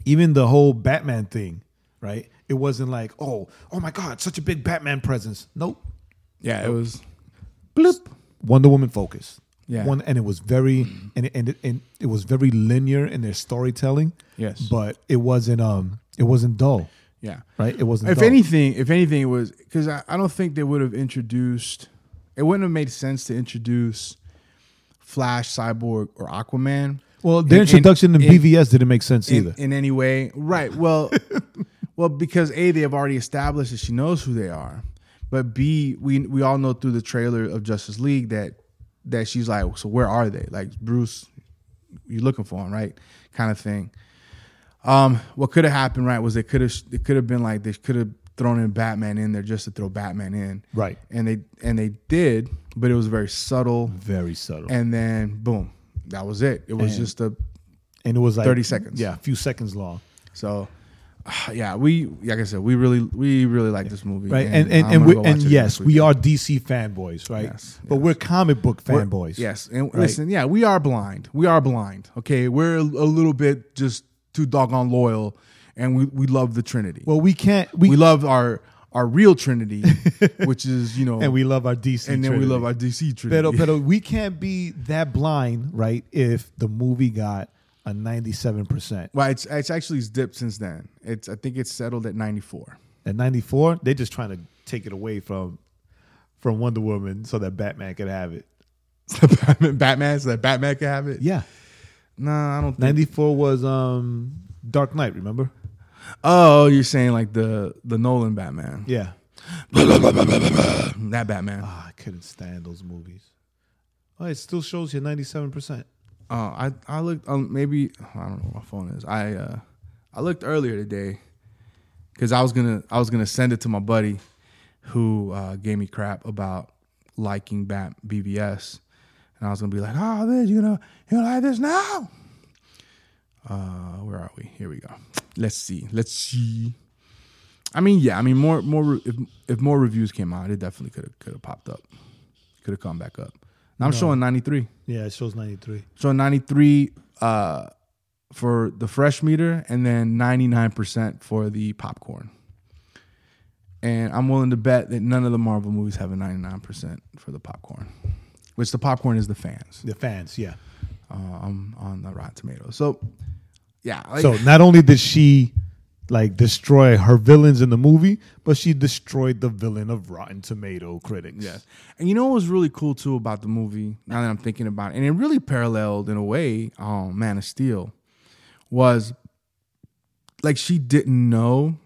B: even the whole Batman thing, right? It wasn't like, oh, oh my God, such a big Batman presence. Nope
A: Yeah, it was
B: bloop, Wonder Woman focus.
A: Yeah. Mm-hmm.
B: One and it was very and it, and it, and it was very linear in their storytelling.
A: Yes.
B: But it wasn't um it wasn't dull.
A: yeah,
B: Right? It wasn't
A: If
B: dull.
A: anything, if anything, it was because I, I don't think they would have introduced. It wouldn't have made sense to introduce Flash, Cyborg, or Aquaman.
B: well, their
A: in- in-
B: introduction to
A: in-
B: BVS didn't make sense
A: in,
B: either.
A: in any way. Right. Well, well, because a they have already established that she knows who they are, but b we we all know through the trailer of Justice League that that she's like, so where are they? Like Bruce, you're looking for him, right? Kind of thing. Um, what could have happened, right, was they could have it could have been like they could have thrown in Batman in there just to throw Batman in,
B: Right.
A: And they and they did, but it was very subtle.
B: very subtle.
A: And
B: And,
A: then boom, that was it. It was
B: And-
A: just a
B: it was like
A: 30 seconds.
B: Yeah, a few seconds long.
A: so, yeah, we like I said, we really we really like this movie,
B: Right. And and,
A: I'm
B: and,
A: gonna
B: we
A: go watch
B: and
A: it
B: yes,
A: next
B: we
A: weekend.
B: are DC fanboys, right?
A: Yes,
B: But we're comic book
A: We're-
B: fanboys.
A: Yes, and
B: right?
A: listen, yeah, we are blind. We are blind. Okay, we're a little bit just too doggone loyal, and we we love the Trinity.
B: Well, we can't we,
A: we love our our real Trinity, which is you know,
B: and we love our DC
A: and then we
B: Trinity.
A: love our DC Trinity.
B: Pero, pero we can't be that blind, right? If the movie got a ninety-seven percent
A: well, it's it's actually it's dipped since then. It's I think it's settled at ninety four.
B: at ninety-four, they're just trying to take it away from from Wonder Woman so that Batman could have it.
A: Batman, Batman, so that Batman can have it.
B: Yeah,
A: No, I don't. think
B: ninety-four was um Dark Knight. Remember?
A: Oh, you're saying like the the Nolan Batman.
B: Yeah,
A: That Batman.
B: Ah, I couldn't stand those movies. Oh, it still shows you ninety-seven percent.
A: Uh, I I looked um, maybe I don't know where my phone is. I uh, I looked earlier today because I was gonna I was gonna send it to my buddy who uh, gave me crap about liking Bat BBS, and I was gonna be like, oh, this you know you like this now, uh where are we here we go let's see let's see i mean yeah i mean more more re- if, if more reviews came out it definitely could have could have popped up could have come back up now i'm showing 93
B: Yeah, it shows 93.
A: so 93 uh for the fresh meter and then 99% for the popcorn and i'm willing to bet that none of the marvel movies have a 99% for the popcorn which the popcorn is the fans
B: The fans, yeah.
A: um, on the rotten tomatoes so yeah like-
B: So not only did she like destroy her villains in the movie, but she destroyed the villain of Rotten Tomato critics.
A: Yes. And you know what was really cool too about the movie, now that I'm thinking about it, and it really paralleled in a way, um, Man of Steel, was like she didn't know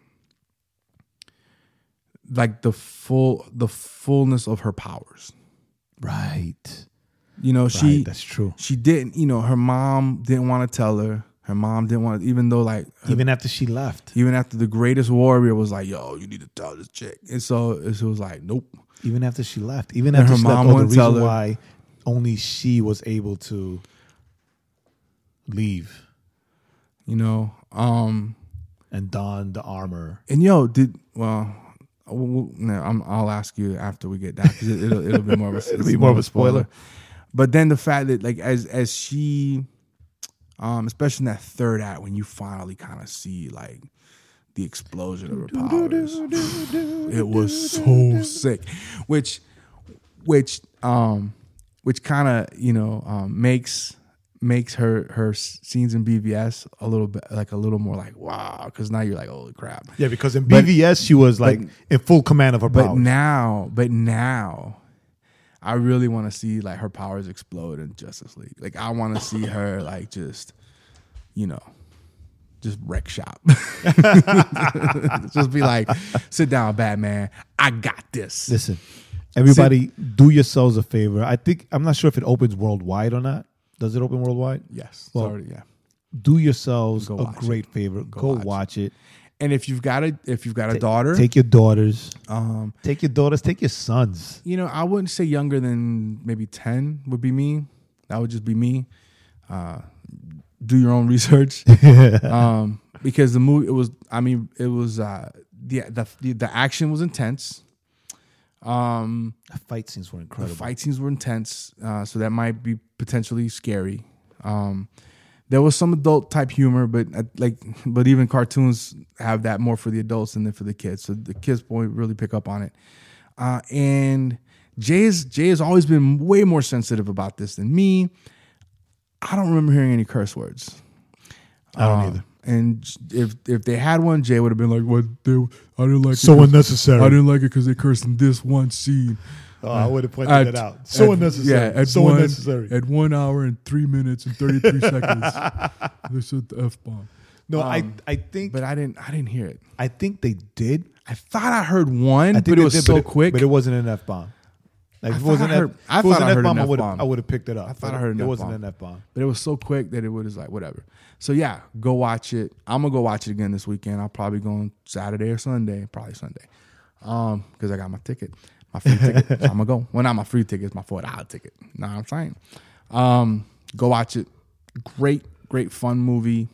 A: like the full the fullness of her powers.
B: Right.
A: You know, she
B: right. That's true.
A: she didn't, you know, her mom didn't want to tell her. Her mom didn't want to, even though like her
B: Even after she left.
A: even after the greatest warrior was like, yo, you need to tell this chick. And so it was like, nope.
B: Even after she left. Even
A: And
B: after
A: her
B: she
A: mom
B: left. Oh, the
A: wouldn't tell
B: reason
A: her.
B: why only she was able to leave
A: You know. Um
B: and don the armor.
A: And yo, did well? w- w- No, I'm, I'll ask you after we get down because it, will it'll be more of a, it'll
B: be more of a spoiler.
A: But then the fact that like as as she, um, especially in that third act when you finally kind of see like the explosion of her powers, it was so sick, which which um which kind of you know um, makes makes her her s- scenes in BVS a little bit like a little more like wow because now you're like holy crap
B: Yeah, because in BVS she was like in full command of her
A: but
B: powers.
A: now, but now, I really want to see like her powers explode in Justice League. Like I want to see her like just, you know, just wreck shop. just be like, sit down, Batman. I got this.
B: Listen, everybody, do yourselves a favor. I think I'm not sure if it opens worldwide or not. Does it open worldwide?
A: yes.
B: Well,
A: Sorry, yeah.
B: Do yourselves
A: Go
B: a
A: watch
B: great favor. Go, watch,
A: watch
B: it.
A: And if you've got a if you've got a daughter,
B: Take your daughters.
A: um,
B: Take your daughters. Take your sons.
A: you know, I wouldn't say younger than maybe 10 would be me. That would just be me. Uh, do your own research. um, because the movie, it was, I mean, it was, uh, the, the, the, the action was intense. Um,
B: The fight scenes were
A: the
B: incredible.
A: fight scenes were intense, uh, so that might be potentially scary. Um, there was some adult type humor, but uh, like, but even cartoons have that more for the adults than for the kids. So the kids probably really pick up on it. Uh, and Jay is Jay has always been way more sensitive about this than me. I don't remember hearing any curse words.
B: I don't
A: Uh,
B: either.
A: And j- if if they had one, Jay would have been like, "What? They, I didn't like it 'cause-
B: unnecessary.
A: I didn't like it because they cursed in this one scene."
B: Oh, I would have pointed
A: At-
B: that out. So
A: at-
B: unnecessary.
A: Yeah, at
B: so
A: one,
B: unnecessary.
D: At one hour and three minutes and 33 seconds, they said the F bomb.
B: no, I I think
A: But I didn't. I didn't hear it.
B: I think they did.
A: I thought I heard one,
B: I
A: but
B: think
A: it
B: they
A: was
B: did,
A: so
B: but it,
A: quick.
B: But it wasn't an F bomb. Like if it
A: thought
B: wasn't
A: I
B: an
A: heard-
B: F-
A: I
B: if it was
A: thought
B: an
A: I heard
B: F-bomb,
A: an
B: I would have
A: F-bomb.
B: I would have picked it up.
A: I thought I heard an
B: it wasn't
A: F-bomb.
B: an F bomb.
A: But it was so quick that it was just like whatever. So yeah, go watch it. I'm gonna go watch it again this weekend. I'll probably go on Saturday or Sunday, probably Sunday, um, because I got my ticket, my free ticket. So I'm gonna go. Well, not my free ticket, it's my four dollar ticket. Know what I'm saying? Um, go watch it. Great, great fun movie.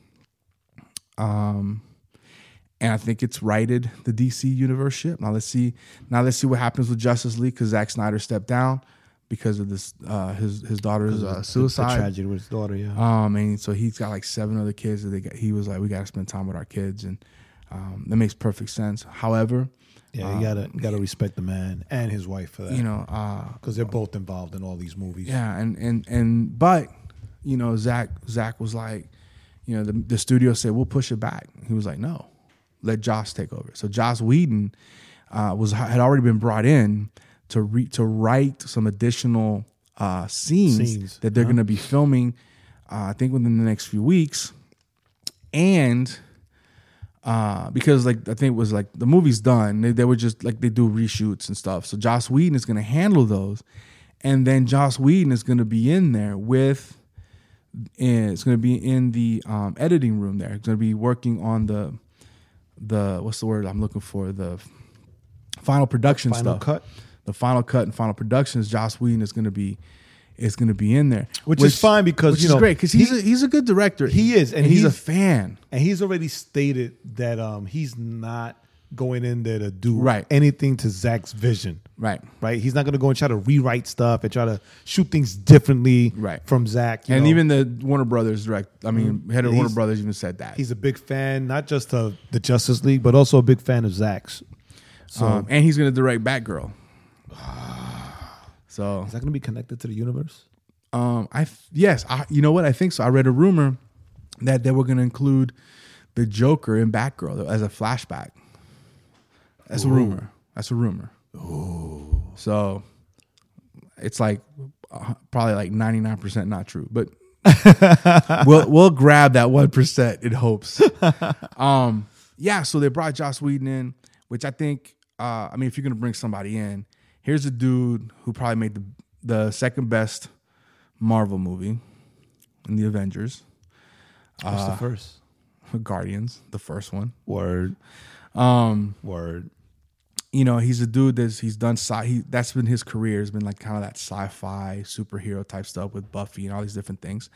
A: Um, and I think it's righted the DC universe ship. Now let's see. Now let's see what happens with Justice League because Zack Snyder stepped down because of this uh, his his daughter's uh,
B: The
A: suicide.
B: tragedy with his daughter. Yeah.
A: Um, and so he's got like seven other kids that they got, he was like, we got to spend time with our kids, and um, that makes perfect sense. However,
B: Yeah, you gotta gotta respect the man and his wife for that,
A: you know, uh,
B: because they're both involved in all these movies.
A: yeah, and and and but you know, Zach Zach was like, you know, the the studio said we'll push it back. He was like, no, let Josh take over. So Josh Whedon uh, was had already been brought in to re, to write some additional uh, scenes,
B: Scenes,
A: that they're going to be filming. Uh, I think within the next few weeks, and uh, because like I think it was like the movie's done. They, they were just like they do reshoots and stuff. So Joss Whedon is going to handle those, and then Joss Whedon is going to be in there with. And it's going to be in the um, editing room there. It's going to be working on the the what's the word I'm looking for the final production
B: Final
A: stuff
B: cut.
A: the final cut and final productions, Joss Whedon is going to be is going to be in there,
B: Which is fine because,
A: which
B: you
A: is
B: know,
A: great because he's
B: he-
A: a, he's a good director.
B: He is, and
A: he's, a
B: he's-
A: fan.
B: And he's already stated that um, he's not going in there to do
A: Right.
B: anything to Zach's vision.
A: Right.
B: Right. He's not going to go and try to rewrite stuff and try to shoot things differently
A: Right.
B: from Zach. you
A: And
B: know. Mm-hmm.
A: even the Warner Brothers direct, I mean, head of
B: He's-
A: Warner Brothers even said that.
B: he's a big fan, not just of the Justice League, but also a big fan of Zach's. So
A: um, and he's going to direct Batgirl. So
B: is that going to be connected to the universe?
A: Um, I yes, I, you know what? I think so. I read a rumor that they were going to include the Joker in Batgirl as a flashback. That's a rumor. That's a rumor. So it's like uh, probably like ninety nine percent not true, but we'll we'll grab that one percent in hopes. Um, yeah. So they brought Joss Whedon in, which I think. Uh, I mean, if you're going to bring somebody in, here's a dude who probably made the the second best Marvel movie in the Avengers,
B: What's the first
A: Guardians, the first one.
B: word?
A: Um,
B: Word.
A: you know, he's a dude that's he's done sci. He, that's been his career has been like kind of that sci-fi superhero type stuff with Buffy and all these different things.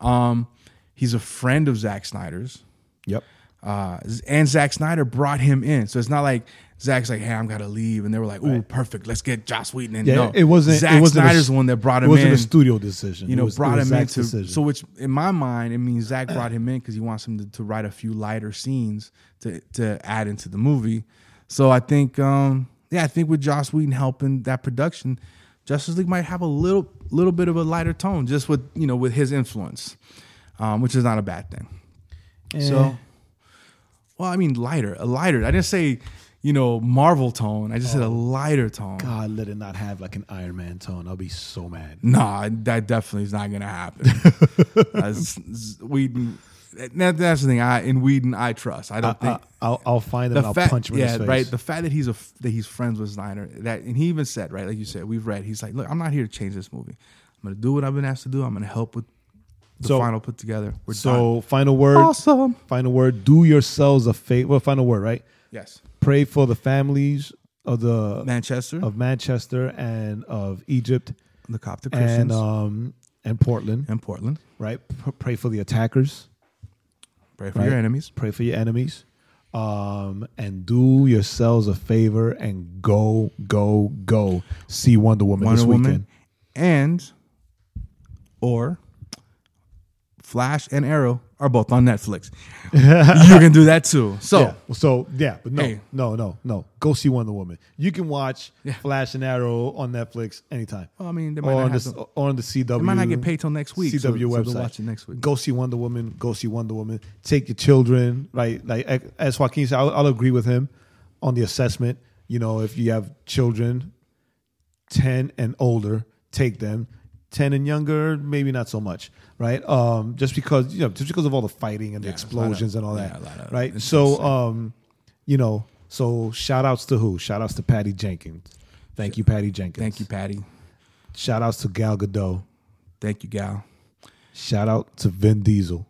A: Um, he's a friend of Zack Snyder's.
B: Yep.
A: Uh, and Zack Snyder brought him in, so it's not like Zack's like, "Hey, I'm gotta leave," and they were like, "Ooh, perfect, let's get Joss Whedon." In.
B: Yeah,
A: no,
B: it wasn't.
A: Zack
B: it wasn't a
A: Snyder's
B: stu-
A: the one that brought him
B: It wasn't
A: in.
B: a studio decision.
A: you
B: It
A: know,
B: was- it
A: brought
B: was
A: him
B: Zach's
A: into
B: decision.
A: so which in my mind, I mean, Zach brought him in because he wants him to, to write a few lighter scenes to to add into the movie. So I think, um, yeah, I think with Joss Whedon helping that production, Justice League might have a little little bit of a lighter tone, just with you know with his influence, um, which is not a bad thing.
B: Eh.
A: So, well, I mean, lighter, a lighter. I didn't say, you know, Marvel tone. I just
B: Oh,
A: said a lighter tone.
B: God, let it not have like an Iron Man tone. I'll be so mad.
A: Nah, that definitely is not gonna happen. uh, Z- Z- Whedon, that, that's the thing. I in Whedon, I trust. I don't think
B: I, will I'll find him.
A: the
B: and Uh, I'll
A: fact,
B: punch him
A: yeah,
B: in his face.
A: right. The fact that he's a f- that he's friends with Snyder, that and he even said, right, like you said, we've read. He's like, look, I'm not here to change this movie. I'm gonna do what I've been asked to do. I'm gonna help with the
B: So-
A: final put together. We're
B: so,
A: done.
B: final word.
A: awesome.
B: Final word. Do yourselves a favor. Well, final word, right?
A: Yes,
B: Pray for the families of the
A: Manchester,
B: of Manchester and of Egypt
A: the Coptic Christians, and,
B: and um and Portland.
A: Portland.
B: Right. P- pray for the attackers.
A: Pray for
B: Right.
A: your enemies.
B: Pray for your enemies. Um, and do yourselves a favor and go, go, go see Wonder Woman
A: Wonder
B: this
A: Woman
B: weekend.
A: and or Flash and Arrow are both on Netflix. you can do that too. So
B: Yeah. Well, So yeah, but no,
A: Hey.
B: no, no, no. Go see Wonder Woman. You can watch Flash and Arrow on Netflix anytime.
A: Well, I mean, they might
B: or
A: not
B: on the
A: have to-
B: or on the CW.
A: they might not get paid till next week.
B: CW
A: so,
B: website.
A: so they'll watch it next week.
B: Go see Wonder Woman. Go see Wonder Woman. Take your children. Right. Like I- as Joaquin said, I'll, I'll agree with him on the assessment. You know, if you have children, ten and older, take them. Ten and younger, maybe not so much. Right. Um. Just because you know, just because of all the fighting and the explosions and all
A: yeah,
B: that.
A: a lot of
B: right. So um, you know, so shout outs to who? Shout outs to Patty Jenkins. Thank you, Patty Jenkins.
A: Thank you, Patty.
B: Shout outs to Gal Gadot.
A: Thank you, Gal.
B: Shout out to Vin Diesel.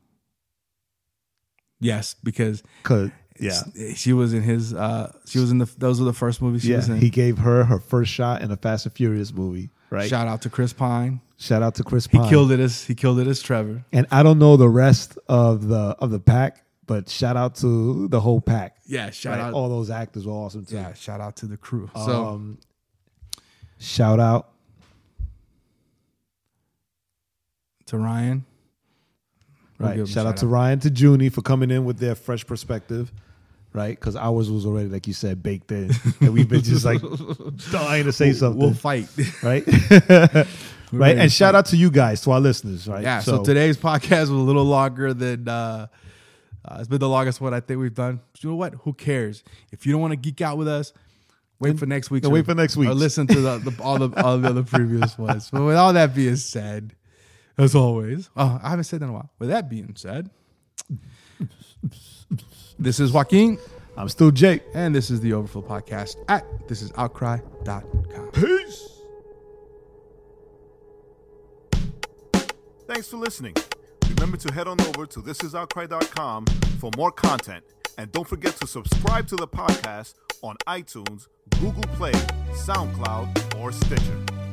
A: Yes, because eh,
B: Cause yeah,
A: she was in his. uh She was in the. Those were the first movies she
B: yeah.
A: was in.
B: He gave her her first shot in a Fast and Furious movie. Right. Shout,
A: Shout out to Chris Pine.
B: out to Chris
A: He
B: Pine.
A: killed it as he killed it as Trevor.
B: And I don't know the rest of the of the pack, but shout out to the whole pack.
A: Yeah, shout
B: Right?
A: out.
B: All those actors were awesome too.
A: yeah, shout out to the crew. So
B: um, shout out
A: to Ryan. We'll
B: right.
A: give him
B: Shout,
A: a
B: out, to Ryan to Junie for coming in with their fresh perspective. Right, because ours was already like you said baked in, and we've been just like dying to say something.
A: We'll fight.
B: right?
A: ready
B: right.
A: to
B: And shout out to you guys, to our listeners, right?
A: Yeah. So, today's podcast was a little longer than uh, uh, it's been the longest one I think we've done. But you know what? Who cares? If you don't want to geek out with us, wait for next week.
B: Then wait for next week's.
A: Or listen to the, the, all the all the other previous ones. But with all that being said, as always, oh, I haven't said that in a while. With that being said, this is Joaquin,
B: I'm still Jake.
A: and this is the Overflow Podcast at this is outcry.com.
G: Peace. Thanks for listening. Remember to head on over to thisisoutcry.com for more content. And don't forget to subscribe to the podcast on iTunes, Google Play, SoundCloud, or Stitcher.